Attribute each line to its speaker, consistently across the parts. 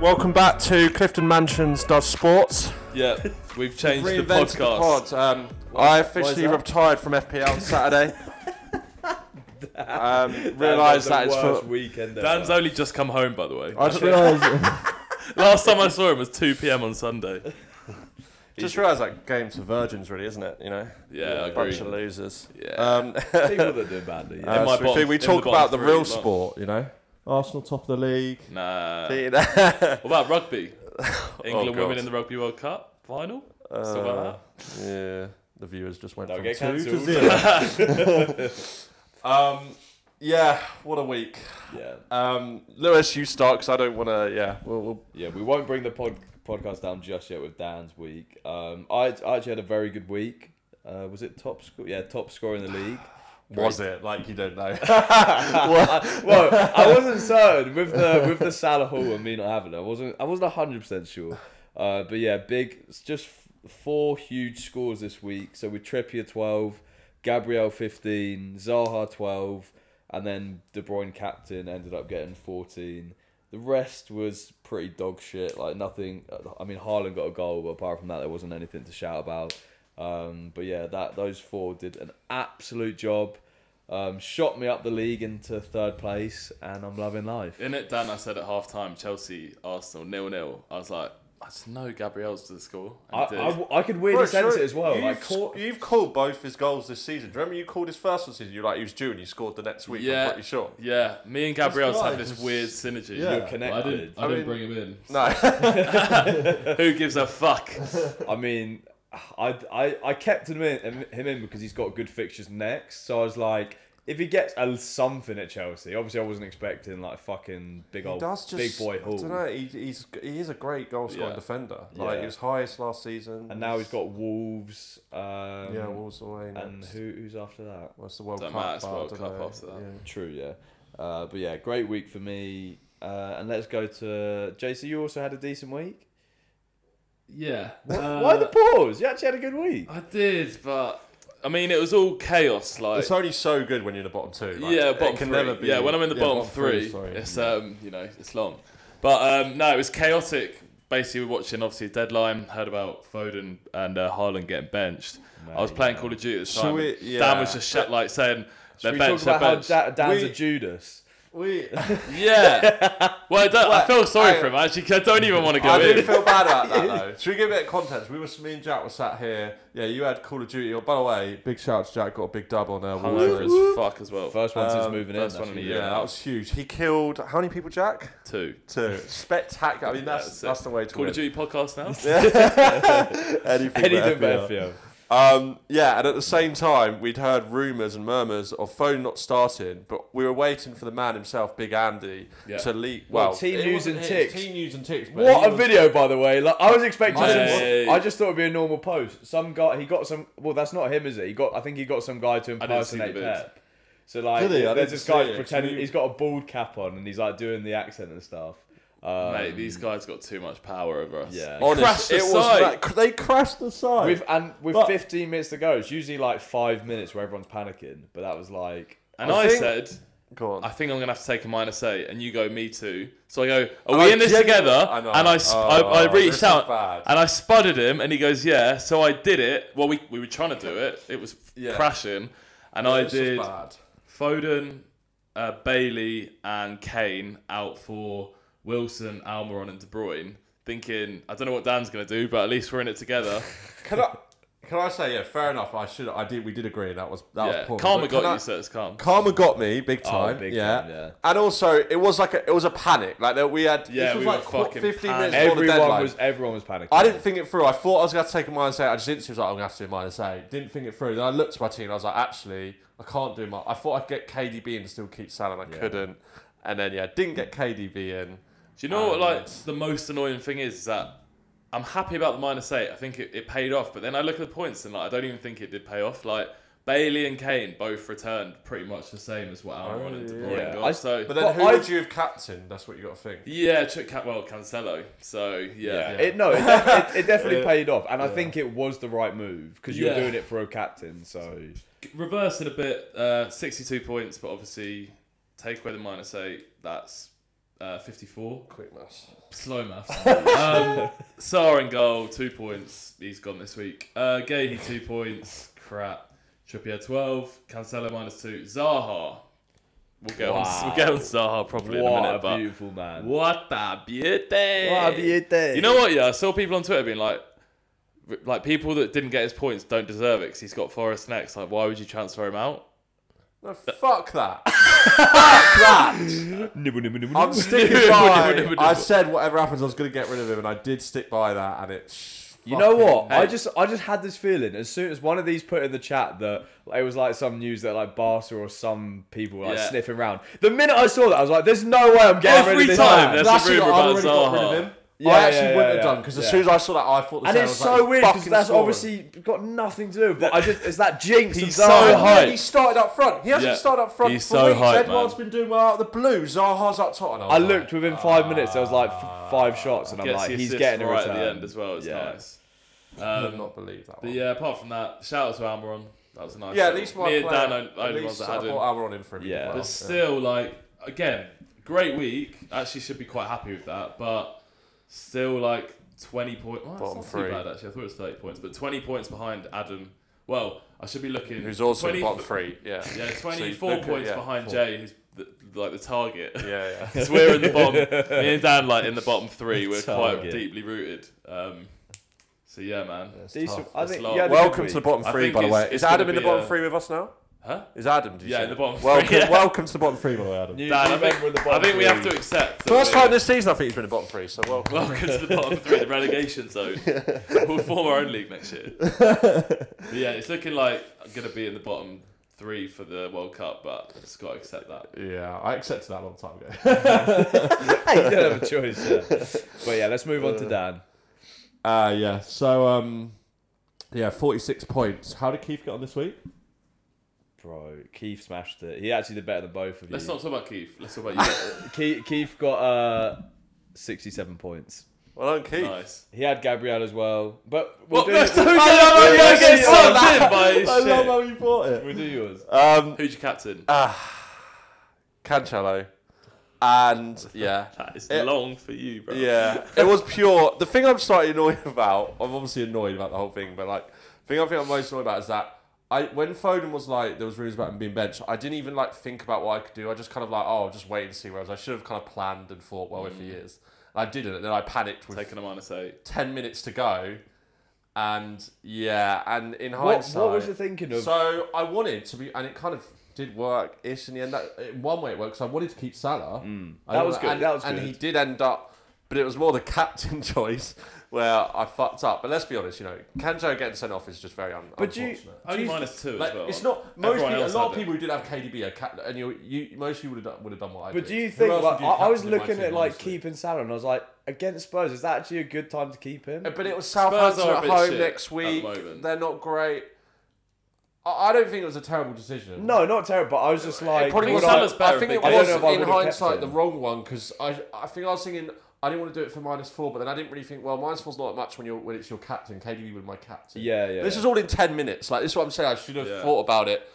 Speaker 1: Welcome back to Clifton Mansions Does Sports.
Speaker 2: Yeah, we've changed the
Speaker 1: Reinvented the
Speaker 2: podcast.
Speaker 1: pod. Um, I officially
Speaker 2: that?
Speaker 1: retired from FPL on Saturday. um, realised that it's for.
Speaker 3: weekend.
Speaker 2: Dan's only just come home, by the way.
Speaker 1: I just realised.
Speaker 2: Last time I saw him was 2 p.m. on Sunday.
Speaker 1: Just realised that game's for virgins, really, isn't it? You know,
Speaker 2: Yeah, I
Speaker 1: bunch of
Speaker 2: agree.
Speaker 1: losers.
Speaker 2: Yeah.
Speaker 1: Um,
Speaker 3: people that do badly.
Speaker 1: uh,
Speaker 2: my
Speaker 1: so we,
Speaker 2: bottom-
Speaker 1: think we
Speaker 2: in the
Speaker 1: talk
Speaker 2: bottom
Speaker 1: about the
Speaker 2: three,
Speaker 1: real
Speaker 2: like-
Speaker 1: sport, you know. Arsenal top of the league.
Speaker 2: Nah. What
Speaker 1: yeah.
Speaker 2: about rugby? England
Speaker 1: Oh, God. Uh,
Speaker 2: women in the Rugby World Cup final? Let's talk about that.
Speaker 1: The viewers just went
Speaker 3: Don't
Speaker 1: from
Speaker 3: get
Speaker 1: two to
Speaker 3: cancelled.
Speaker 1: zero. um, yeah, what a week.
Speaker 3: yeah,
Speaker 1: Um, Lewis, you start because I don't want to. Yeah, we'll, we'll
Speaker 3: yeah. We won't bring the pod- podcast down just yet with Dan's week. Um, I, I actually had a very good week. Uh, was it top score? Yeah, top scorer in the league.
Speaker 1: Was it like you don't know?
Speaker 3: well, I wasn't certain with the with the Salah Hall and me not having it. I wasn't I wasn't hundred percent sure. Uh, but yeah, big it's just f- four huge scores this week. So with Trippier twelve, Gabriel fifteen, Zaha twelve, and then De Bruyne captain ended up getting fourteen. The rest was pretty dog shit. Like nothing. I mean, Haaland got a goal, but apart from that, there wasn't anything to shout about. Um, but yeah, that those four did an absolute job um, shot me up the league into third place, and I'm loving life.
Speaker 2: In it, Dan, I said at half time, Chelsea, Arsenal, nil nil. I was like, I just know Gabriel's to the score.
Speaker 3: I,
Speaker 2: And he did.
Speaker 3: I, I could weirdly sense it as well.
Speaker 1: You've,
Speaker 3: Like, cor-
Speaker 1: you've called both his goals this season. Do you remember you called his first one season? You're like he was due and he scored the next week.
Speaker 2: Yeah.
Speaker 1: I'm pretty sure.
Speaker 2: yeah, me and Gabriel's
Speaker 1: guy
Speaker 2: have this
Speaker 1: was-
Speaker 2: weird synergy.
Speaker 1: Yeah.
Speaker 3: you're
Speaker 4: I
Speaker 3: connected.
Speaker 4: didn't, I
Speaker 1: I
Speaker 4: didn't
Speaker 1: mean-
Speaker 4: bring him in.
Speaker 1: No,
Speaker 2: Who gives a fuck?
Speaker 3: I, mean, I, I I kept him in him in because he's got good fixtures next. So I was like, if he gets a, something at Chelsea, obviously I wasn't expecting like fucking big old big boy
Speaker 1: I don't
Speaker 3: Hall.
Speaker 1: know. He, he's he is a great goal scoring
Speaker 2: Yeah.
Speaker 1: defender. Like
Speaker 3: Yeah.
Speaker 1: he was highest last season.
Speaker 3: And now he's got Wolves. Um,
Speaker 1: yeah, Wolves away.
Speaker 3: and
Speaker 1: next.
Speaker 3: who, who's after that?
Speaker 1: What's the World
Speaker 2: Don't
Speaker 1: Cup?
Speaker 2: matter, it's
Speaker 1: but I
Speaker 2: World
Speaker 1: don't
Speaker 2: Cup
Speaker 1: know.
Speaker 2: after that.
Speaker 1: Yeah.
Speaker 3: True, yeah. Uh, but yeah, great week for me. Uh, and let's go to JC. You also had a decent week.
Speaker 4: Yeah.
Speaker 3: Why the
Speaker 4: uh,
Speaker 3: pause? You actually had a good
Speaker 2: Uh,
Speaker 3: week.
Speaker 4: I did, but
Speaker 2: I mean, it was all chaos. Like,
Speaker 1: It's only so good when you're in the bottom two. Like,
Speaker 2: yeah,
Speaker 1: it
Speaker 2: bottom
Speaker 1: can
Speaker 2: three.
Speaker 1: never be.
Speaker 2: yeah, when I'm in the bottom, three,
Speaker 1: sorry.
Speaker 2: it's um, you know, it's long. But um, no, it was chaotic. Basically, we're watching obviously deadline. Heard about Foden and uh, Haaland getting benched. I was playing Call of Duty at the
Speaker 1: Shall
Speaker 2: time.
Speaker 1: we-
Speaker 2: and Dan
Speaker 1: yeah.
Speaker 2: was just shit, like saying
Speaker 3: Should
Speaker 2: they're
Speaker 3: we
Speaker 2: benched,
Speaker 3: talk
Speaker 2: they're
Speaker 3: about
Speaker 2: benched.
Speaker 3: how da- Dan's
Speaker 1: We-
Speaker 3: a Judas?
Speaker 1: We,
Speaker 2: yeah. Well, I, don't, I
Speaker 1: Well,
Speaker 2: feel sorry
Speaker 1: I-
Speaker 2: for him. Actually, I don't even want to go
Speaker 1: I do
Speaker 2: in.
Speaker 1: feel bad about that though. Should we give a bit of context? We were me and Jack were sat here. Yeah, you had Call of Duty. Or by the way, big shout out to Jack. Got a big dub on uh,
Speaker 2: Hungover
Speaker 1: Warzone.
Speaker 2: as fuck as well.
Speaker 3: First one since
Speaker 1: Um,
Speaker 3: moving
Speaker 2: first
Speaker 3: in.
Speaker 2: one in
Speaker 3: actually.
Speaker 2: a
Speaker 1: Yeah,
Speaker 2: year.
Speaker 1: that was huge. He killed how many people, Jack?
Speaker 2: Two.
Speaker 1: Two. Spectacular. I mean, that's
Speaker 2: Yeah, so-
Speaker 1: that's the way to
Speaker 2: Call
Speaker 1: win.
Speaker 2: of Duty podcast now.
Speaker 1: Anything
Speaker 3: Eddie
Speaker 1: but FPL.
Speaker 3: Dunbarfield.
Speaker 1: Um, yeah, and at the same time, we'd heard rumours and murmurs of phone not starting, but we were waiting for the man himself, Big Andy,
Speaker 2: Yeah.
Speaker 1: to leak.
Speaker 3: Well,
Speaker 1: Well,
Speaker 3: Team
Speaker 1: it
Speaker 3: News
Speaker 1: wasn't
Speaker 3: and
Speaker 1: his, it was
Speaker 3: Ticks.
Speaker 1: Team news and ticks. but he
Speaker 3: What a
Speaker 1: was-
Speaker 3: video, by the way! Like I was expecting,
Speaker 2: Mate.
Speaker 3: some, I just thought it'd be a normal post. Some guy, he got some. Well, that's not him, is it? He got, I think he got some guy to
Speaker 2: didn't see the
Speaker 3: impersonate
Speaker 2: vids.
Speaker 3: Pep. So like,
Speaker 1: Did he? I didn't
Speaker 3: there's this guy
Speaker 1: see it.
Speaker 3: pretending
Speaker 1: Can you-
Speaker 3: he's got a bald cap on and he's like doing the accent and stuff. Um,
Speaker 2: Mate, these guys got too much power over us.
Speaker 3: Yeah.
Speaker 1: Honest,
Speaker 2: crashed the
Speaker 1: it was
Speaker 2: site.
Speaker 1: that- they crashed the side.
Speaker 3: With and with
Speaker 1: But-
Speaker 3: 15 minutes to go, it's usually like five minutes where everyone's panicking. But that was like,
Speaker 2: And
Speaker 1: I
Speaker 2: I,
Speaker 1: think-
Speaker 2: said,
Speaker 1: Go on.
Speaker 2: I think I'm gonna have to take a minus eight, and you go, me too. So I go, are
Speaker 1: And
Speaker 2: we
Speaker 1: I
Speaker 2: in this
Speaker 1: genuinely-
Speaker 2: together?
Speaker 1: Oh, I know.
Speaker 2: and I, sp-
Speaker 1: Oh,
Speaker 2: I, I
Speaker 1: this is
Speaker 2: reached out
Speaker 1: bad.
Speaker 2: and I spudded him, and he goes, yeah. So I did it. Well, we, we were trying to do it. It was f-
Speaker 1: Yeah.
Speaker 2: crashing, and I did Foden, uh, Bailey, and Kane out for Wilson, Almiron, and De Bruyne. Thinking, I don't know what Dan's gonna do, but at least we're in it together.
Speaker 1: Can I? Can I say yeah? Fair enough. I should. I did. We did agree. That was that
Speaker 2: yeah,
Speaker 1: was Oh, poor.
Speaker 2: karma
Speaker 1: But can
Speaker 2: got
Speaker 1: I-
Speaker 2: you, so Oh, it's calm.
Speaker 1: Karma got me big time.
Speaker 3: big
Speaker 1: yeah.
Speaker 3: time, yeah.
Speaker 1: And also, it was like a, it was a panic. Like that we had.
Speaker 2: Yeah,
Speaker 1: this was
Speaker 2: we
Speaker 1: like
Speaker 2: were
Speaker 1: qu-
Speaker 2: fucking
Speaker 1: fifteen minutes
Speaker 2: panicked.
Speaker 1: before the deadline.
Speaker 3: everyone was everyone was panicking.
Speaker 1: I didn't think it through. I thought I was going to take a minus eight. I just instantly was like, I'm going to have to do a minus eight. Didn't think it through. Then I looked at my team. and I was like, actually, I can't do my. I thought I'd get KDB and still keep Salah. And I couldn't. And then yeah, didn't get KDB in.
Speaker 2: Do you know what
Speaker 1: Um,
Speaker 2: like the most annoying thing is, is that I'm happy about the minus eight. I think it, it paid off, but then I look at the points and like I don't even think it did pay off. Like Bailey and Kane both returned pretty much the same as what Almiron and De Bruyne
Speaker 3: yeah.
Speaker 2: got.
Speaker 3: I-
Speaker 2: so
Speaker 1: But then
Speaker 3: But
Speaker 1: who
Speaker 3: I-
Speaker 1: would you have captain? That's what you got to think.
Speaker 2: yeah, Chip Cat well Cancelo. So yeah, yeah.
Speaker 3: It, no, it, def- it, it definitely
Speaker 1: Yeah.
Speaker 3: paid off, and I think it was the right move because you
Speaker 2: Yeah.
Speaker 3: were doing it for a captain. So
Speaker 2: reverse it a bit. Uh, 62 points, but obviously take away the minus eight. That's uh, 54.
Speaker 1: Quick maths.
Speaker 2: Slow maths. um, Sar in goal, two points. He's gone this week. Uh, Gahey, two points. Crap. Trippier, 12. Cancelo, minus two. Zaha. We'll get,
Speaker 3: Wow.
Speaker 2: on, we'll get on Zaha probably in a
Speaker 3: what
Speaker 2: minute.
Speaker 3: a
Speaker 2: but
Speaker 3: beautiful man.
Speaker 2: What a beauty.
Speaker 3: What a beauty.
Speaker 2: You know what? Yeah, I saw people on Twitter being like, like people that didn't get his points don't deserve it because he's got Forest next. Like, why would you transfer him out?
Speaker 1: No, fuck that.
Speaker 3: Nibble, nibble, nibble,
Speaker 1: I'm
Speaker 3: nibble.
Speaker 1: sticking
Speaker 2: Nibble,
Speaker 1: by.
Speaker 2: nibble,
Speaker 1: I
Speaker 2: nibble.
Speaker 1: said whatever happens, I was going to get rid of him, and I did stick by that. And it's.
Speaker 3: You know what? I
Speaker 2: Hey.
Speaker 3: just I just had this feeling as soon as one of these put in the chat that it was like some news that like Barca or some people were like
Speaker 2: Yeah.
Speaker 3: sniffing around. The minute I saw that, I was like, "There's no way I'm getting
Speaker 2: Every
Speaker 3: rid of this
Speaker 2: time
Speaker 3: man."
Speaker 2: there's- That's a
Speaker 1: actually
Speaker 2: rumour
Speaker 1: what I'd already
Speaker 2: about
Speaker 1: got
Speaker 2: Zaha.
Speaker 1: rid of him.
Speaker 3: Yeah,
Speaker 1: I actually
Speaker 3: yeah,
Speaker 1: wouldn't
Speaker 3: yeah,
Speaker 1: have done because as
Speaker 3: yeah.
Speaker 1: soon as I saw that, I thought. The
Speaker 3: And
Speaker 1: same,
Speaker 3: it's
Speaker 1: I was
Speaker 3: so
Speaker 1: like,
Speaker 3: weird because
Speaker 1: fucking
Speaker 3: that's
Speaker 1: score him.
Speaker 3: obviously got nothing to do. with But I just it's that jinx.
Speaker 2: He's
Speaker 3: of
Speaker 2: so
Speaker 3: Zaha.
Speaker 1: Oh,
Speaker 2: hyped.
Speaker 1: he started up front. He hasn't
Speaker 2: Yeah.
Speaker 1: started up front
Speaker 2: He's
Speaker 1: for
Speaker 2: so
Speaker 1: weeks.
Speaker 2: hype,
Speaker 1: Edward's been doing well out of the blue. Zaha's up top. And I, was
Speaker 3: I
Speaker 1: like,
Speaker 3: looked within five minutes. There was like f- five shots, and I'm
Speaker 2: Gets
Speaker 3: like,
Speaker 2: the
Speaker 3: "He's
Speaker 2: assist
Speaker 3: getting a
Speaker 2: right
Speaker 3: return."
Speaker 2: at the end as well. It's
Speaker 3: Yeah.
Speaker 2: nice.
Speaker 1: I
Speaker 2: Um,
Speaker 1: could not believe that.
Speaker 2: But
Speaker 1: One.
Speaker 2: yeah, apart from that, shout out to Almiron. That was a nice.
Speaker 1: yeah, at
Speaker 2: goal.
Speaker 1: least my
Speaker 2: uh, me and
Speaker 1: player,
Speaker 2: Dan are the
Speaker 1: at
Speaker 2: only ones
Speaker 1: least
Speaker 2: that
Speaker 1: I
Speaker 2: had him.
Speaker 1: brought Almiron in for him.
Speaker 3: Yeah.
Speaker 1: as well.
Speaker 2: But still, like again, great week. Actually, should be quite happy with that. But still, like twenty points. Well,
Speaker 1: Bottom
Speaker 2: that's not
Speaker 1: three.
Speaker 2: too bad actually. I thought it was thirty points, but twenty points behind Adam. Well, I should be looking.
Speaker 1: who's also
Speaker 2: 20
Speaker 1: in bottom three. Yeah,
Speaker 2: Yeah,
Speaker 1: So you
Speaker 2: twenty-four
Speaker 1: look at-
Speaker 2: points
Speaker 1: yeah,
Speaker 2: behind
Speaker 1: four.
Speaker 2: Jay, who's the, like the target.
Speaker 1: Yeah, yeah.
Speaker 2: Because we're in the bottom. me and Dan like in the bottom three. We're quite
Speaker 3: Target.
Speaker 2: deeply rooted. Um, so yeah, man.
Speaker 3: Decent.
Speaker 1: tough.
Speaker 3: I
Speaker 2: That's
Speaker 3: think
Speaker 2: long.
Speaker 3: you had a good
Speaker 1: Welcome
Speaker 3: week.
Speaker 1: to the bottom
Speaker 2: I
Speaker 1: three,
Speaker 2: think
Speaker 1: by the
Speaker 2: it's-
Speaker 1: way. Is
Speaker 2: it's gonna
Speaker 1: Adam in the
Speaker 2: be
Speaker 1: bottom
Speaker 2: a-
Speaker 1: three with us now?
Speaker 2: Huh?
Speaker 1: Is Adam? Did you
Speaker 2: Yeah,
Speaker 1: say?
Speaker 2: in the bottom three,
Speaker 1: welcome,
Speaker 2: yeah.
Speaker 1: Welcome to the bottom three, by the way, Adam.
Speaker 3: You-
Speaker 2: Dan,
Speaker 3: you
Speaker 2: I think,
Speaker 3: remember the
Speaker 2: I
Speaker 3: bottom
Speaker 2: think we
Speaker 3: three.
Speaker 2: have to accept. that
Speaker 1: First
Speaker 2: we're-
Speaker 1: time this season, I think he's been in the bottom three. So welcome.
Speaker 2: Welcome to the bottom three, the relegation zone. We'll form our own league next year. But yeah, it's looking like I'm gonna be in the bottom three for the World Cup, but I just gotta accept that.
Speaker 1: yeah, I accepted that a long time ago.
Speaker 3: Hey, you don't have a choice. Yeah. But yeah, let's move on to Dan.
Speaker 1: uh, yeah. So um, yeah, forty-six points. How did Keith get on this week?
Speaker 3: Bro, Keith smashed it. He actually did better than both of you.
Speaker 2: Let's not talk about Keith. Let's talk about you.
Speaker 3: Keith, Keith got uh, 67 points.
Speaker 1: Well done, Keith.
Speaker 2: nice.
Speaker 3: He had Gabriel as well, but we'll,
Speaker 2: What?
Speaker 3: do,
Speaker 2: No, don't get- don't
Speaker 3: we'll, love how
Speaker 2: get
Speaker 3: you
Speaker 2: sucked
Speaker 3: said
Speaker 2: in by his
Speaker 1: I love
Speaker 2: shit.
Speaker 1: how you bought it.
Speaker 3: we'll do yours.
Speaker 1: Um,
Speaker 2: Who's your captain?
Speaker 1: Cancelo, and yeah,
Speaker 2: That is
Speaker 1: it-
Speaker 2: long for you, bro.
Speaker 1: Yeah, it was pure. The thing I'm slightly annoyed about, I'm obviously annoyed about the whole thing, but like, the thing I think I'm most annoyed about is that I, when Foden was like, there was rumours about him being benched. I didn't even like think about what I could do. I just kind of like, oh, I'll just wait and see. Whereas I should have kind of planned and thought, well, if he
Speaker 3: Mm.
Speaker 1: is, and I didn't. And then I panicked with
Speaker 2: Taking a minus eight.
Speaker 1: ten minutes to go, and yeah, and in
Speaker 3: What,
Speaker 1: hindsight,
Speaker 3: what was you thinking of?
Speaker 1: so I wanted to be, and it kind of did work ish in the end. That, in one way it worked 'cause I wanted to keep Salah. I
Speaker 3: That
Speaker 1: wa-
Speaker 3: was good,
Speaker 1: And,
Speaker 3: that was
Speaker 1: and
Speaker 3: good.
Speaker 1: he did end up, but it was more the captain choice where I fucked up. But let's be honest, you know, Kanjo getting sent off is just very un-
Speaker 3: But do you-
Speaker 1: unfortunate.
Speaker 2: Only
Speaker 3: you-
Speaker 2: minus two
Speaker 1: like,
Speaker 2: as well.
Speaker 1: it's not most
Speaker 2: Everyone
Speaker 1: people, a
Speaker 2: else
Speaker 1: lot
Speaker 2: had
Speaker 1: of
Speaker 2: it.
Speaker 1: people who did have KDB are cat, and you, you most people would have done, would have done what I did.
Speaker 3: but do you
Speaker 1: Who
Speaker 3: think?
Speaker 1: else
Speaker 3: Like,
Speaker 1: would
Speaker 3: I,
Speaker 1: you
Speaker 3: I was
Speaker 1: captain in my
Speaker 3: looking
Speaker 1: team,
Speaker 3: at like
Speaker 1: honestly?
Speaker 3: keeping Salah, and I was like, against Spurs, is that actually a good time to keep him?
Speaker 1: But it was
Speaker 2: are
Speaker 1: Southampton
Speaker 2: a
Speaker 1: at
Speaker 2: bit
Speaker 1: home
Speaker 2: shit
Speaker 1: next
Speaker 2: at the
Speaker 1: week.
Speaker 2: moment.
Speaker 1: They're not great. I, I don't think it was a terrible decision.
Speaker 3: No, not terrible. But I was just like,
Speaker 1: It probably
Speaker 2: think
Speaker 1: was.
Speaker 3: would I-
Speaker 2: Salah's better
Speaker 1: I think
Speaker 2: if
Speaker 1: it
Speaker 2: they-
Speaker 3: I don't
Speaker 1: was
Speaker 3: know if I
Speaker 1: in
Speaker 3: would've kept
Speaker 1: hindsight the
Speaker 3: him.
Speaker 1: wrong one because I I think I was thinking I didn't want to do it for minus four, but then I didn't really think well minus four's not that much when you're when it's your captain. KDB was my captain.
Speaker 3: Yeah, yeah,
Speaker 1: This
Speaker 3: yeah.
Speaker 1: is all in ten minutes. Like this is what I'm saying. I should have
Speaker 2: Yeah.
Speaker 1: thought about it.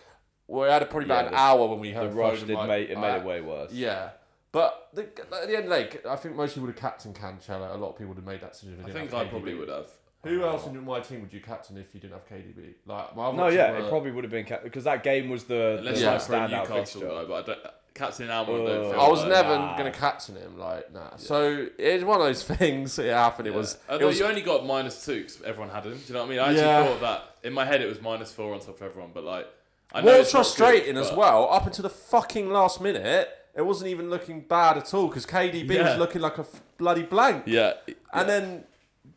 Speaker 1: We had probably about
Speaker 3: Yeah,
Speaker 1: an
Speaker 3: the-
Speaker 1: hour when we had
Speaker 3: the rush
Speaker 1: Foden,
Speaker 3: did
Speaker 1: like,
Speaker 3: made it made it
Speaker 1: I-
Speaker 3: way worse.
Speaker 1: Yeah, but the, at the end of the day, I think mostly would have captain Cancelo. A lot of people would have made that decision. if
Speaker 2: I
Speaker 1: they didn't
Speaker 2: think
Speaker 1: have
Speaker 2: I probably
Speaker 1: KDB.
Speaker 2: would have.
Speaker 1: Who else in my team would you captain if you didn't have KDB? Like my other
Speaker 3: No,
Speaker 1: options
Speaker 3: yeah,
Speaker 1: were-
Speaker 3: it probably would have been because that game was the, the
Speaker 2: Unless
Speaker 1: Yeah. Uh,
Speaker 2: yeah,
Speaker 3: like,
Speaker 2: for a
Speaker 3: standout
Speaker 2: Newcastle
Speaker 3: fixture.
Speaker 2: guy, but I don't, Captain Almiron don't
Speaker 3: Ugh.
Speaker 2: feel
Speaker 1: I was
Speaker 2: like-
Speaker 1: never
Speaker 3: nah.
Speaker 1: gonna captain him, like nah. So it's one of those things. It happened. It was.
Speaker 2: Although
Speaker 1: It was
Speaker 2: you only got minus two because everyone had him. Do you know what I mean? I actually
Speaker 1: Yeah.
Speaker 2: thought that in my head it was minus four on top of everyone, but like, I know
Speaker 1: more
Speaker 2: it's not
Speaker 1: frustrating
Speaker 2: good,
Speaker 1: as
Speaker 2: but-
Speaker 1: well. Up until the fucking last minute, it wasn't even looking bad at all because KDB
Speaker 2: Yeah.
Speaker 1: was looking like a f- bloody blank.
Speaker 2: Yeah,
Speaker 1: And then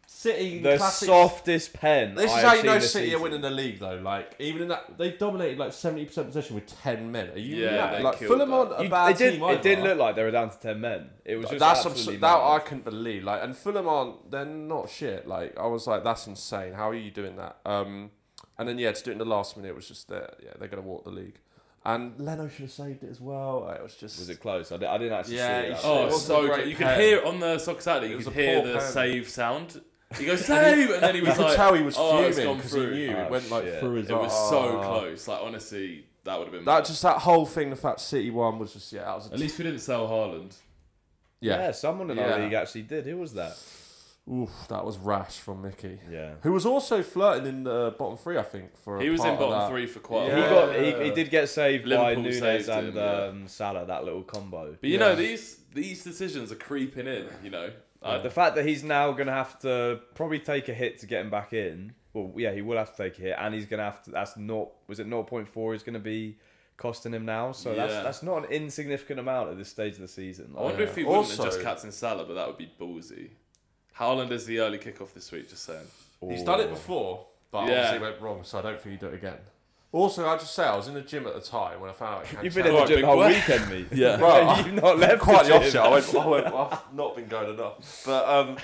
Speaker 1: City,
Speaker 3: The
Speaker 1: classic-
Speaker 3: softest pen.
Speaker 1: This
Speaker 3: I
Speaker 1: is
Speaker 3: have
Speaker 1: how you
Speaker 3: seen
Speaker 1: know
Speaker 3: this
Speaker 1: City are
Speaker 3: season.
Speaker 1: winning the league, though. Like even in that, they dominated like seventy percent possession with ten men. Are you
Speaker 2: Yeah,
Speaker 1: mad?
Speaker 2: they
Speaker 1: like
Speaker 2: killed
Speaker 1: Fulham
Speaker 2: that.
Speaker 1: aren't a
Speaker 3: You-
Speaker 1: bad
Speaker 3: it did,
Speaker 1: team.
Speaker 3: It did
Speaker 1: either.
Speaker 3: look like they were down to ten men. It was just
Speaker 1: that's
Speaker 3: absolutely
Speaker 1: abs- that I
Speaker 3: mad.
Speaker 1: couldn't believe. Like, and Fulham aren't they're not shit. Like, I was like, that's insane. How are you doing that? Um, and then yeah, to do it in the last minute was just that. Yeah, they're gonna walk the league. And Leno should have saved it as well. Like, it was just
Speaker 3: Was it close? I, di- I didn't actually
Speaker 1: Yeah,
Speaker 3: see
Speaker 1: you
Speaker 3: it.
Speaker 1: should-
Speaker 2: Oh,
Speaker 1: It wasn't a
Speaker 2: so
Speaker 1: great
Speaker 2: great. You could
Speaker 1: pen.
Speaker 2: hear on the soccer Saturday. You
Speaker 1: was
Speaker 2: could
Speaker 1: a
Speaker 2: hear
Speaker 1: poor
Speaker 2: the
Speaker 1: pen.
Speaker 2: save sound. He goes save, and then he
Speaker 1: you
Speaker 2: was
Speaker 1: could
Speaker 2: like,
Speaker 1: tell he was
Speaker 2: "Oh, it's
Speaker 1: fuming
Speaker 2: gone
Speaker 1: because he
Speaker 2: through."
Speaker 1: knew Ah.
Speaker 3: Oh,
Speaker 1: it went like
Speaker 3: shit.
Speaker 1: through his.
Speaker 2: It was
Speaker 1: arse.
Speaker 2: so close. Like honestly, that would have been.
Speaker 1: That just that whole thing, the fact City won was just yeah, that was a
Speaker 2: At least we didn't sell Haaland.
Speaker 1: Yeah.
Speaker 3: someone in our
Speaker 1: Yeah.
Speaker 3: league actually did. Who was that?
Speaker 1: Oof, that was rash from Mickey.
Speaker 3: Yeah.
Speaker 1: Who was also flirting in the bottom three, I think. For a
Speaker 2: He was
Speaker 1: part
Speaker 2: in
Speaker 1: of
Speaker 2: bottom
Speaker 1: that.
Speaker 2: three for quite
Speaker 1: Yeah.
Speaker 2: a
Speaker 3: He
Speaker 2: while.
Speaker 3: got he, he did get saved by
Speaker 2: Liverpool
Speaker 3: Nunes
Speaker 2: saved
Speaker 3: and
Speaker 2: him, yeah.
Speaker 3: um, Salah that little combo.
Speaker 2: But you
Speaker 1: Yeah.
Speaker 2: know these these decisions are creeping in. You know, I,
Speaker 3: Uh, The fact that he's now going to have to probably take a hit to get him back in. Well, yeah, he will have to take a hit, and he's going to have to. That's not was it 0.4 is going to be costing him now. So
Speaker 2: Yeah.
Speaker 3: that's that's not an insignificant amount at this stage of the season.
Speaker 2: I wonder
Speaker 3: Like,
Speaker 2: if he wouldn't
Speaker 1: Also-
Speaker 2: have just captain Salah, but that would be ballsy. Howland is the early kickoff this week. Just saying.
Speaker 1: He's done it before, but
Speaker 2: Yeah.
Speaker 1: obviously it went wrong, so I don't think he'd do it again. Also, I just say I was in the gym at the time when I found out. it
Speaker 3: You've
Speaker 1: came
Speaker 3: been in
Speaker 1: out.
Speaker 3: the
Speaker 2: Alright,
Speaker 3: gym
Speaker 2: big
Speaker 3: the whole
Speaker 2: boy.
Speaker 3: weekend, mate.
Speaker 2: Yeah.
Speaker 1: Bro,
Speaker 3: You've not left
Speaker 1: quite
Speaker 3: the
Speaker 1: the opposite.
Speaker 3: gym.
Speaker 1: I went, I went, well, I've not been going enough. But um,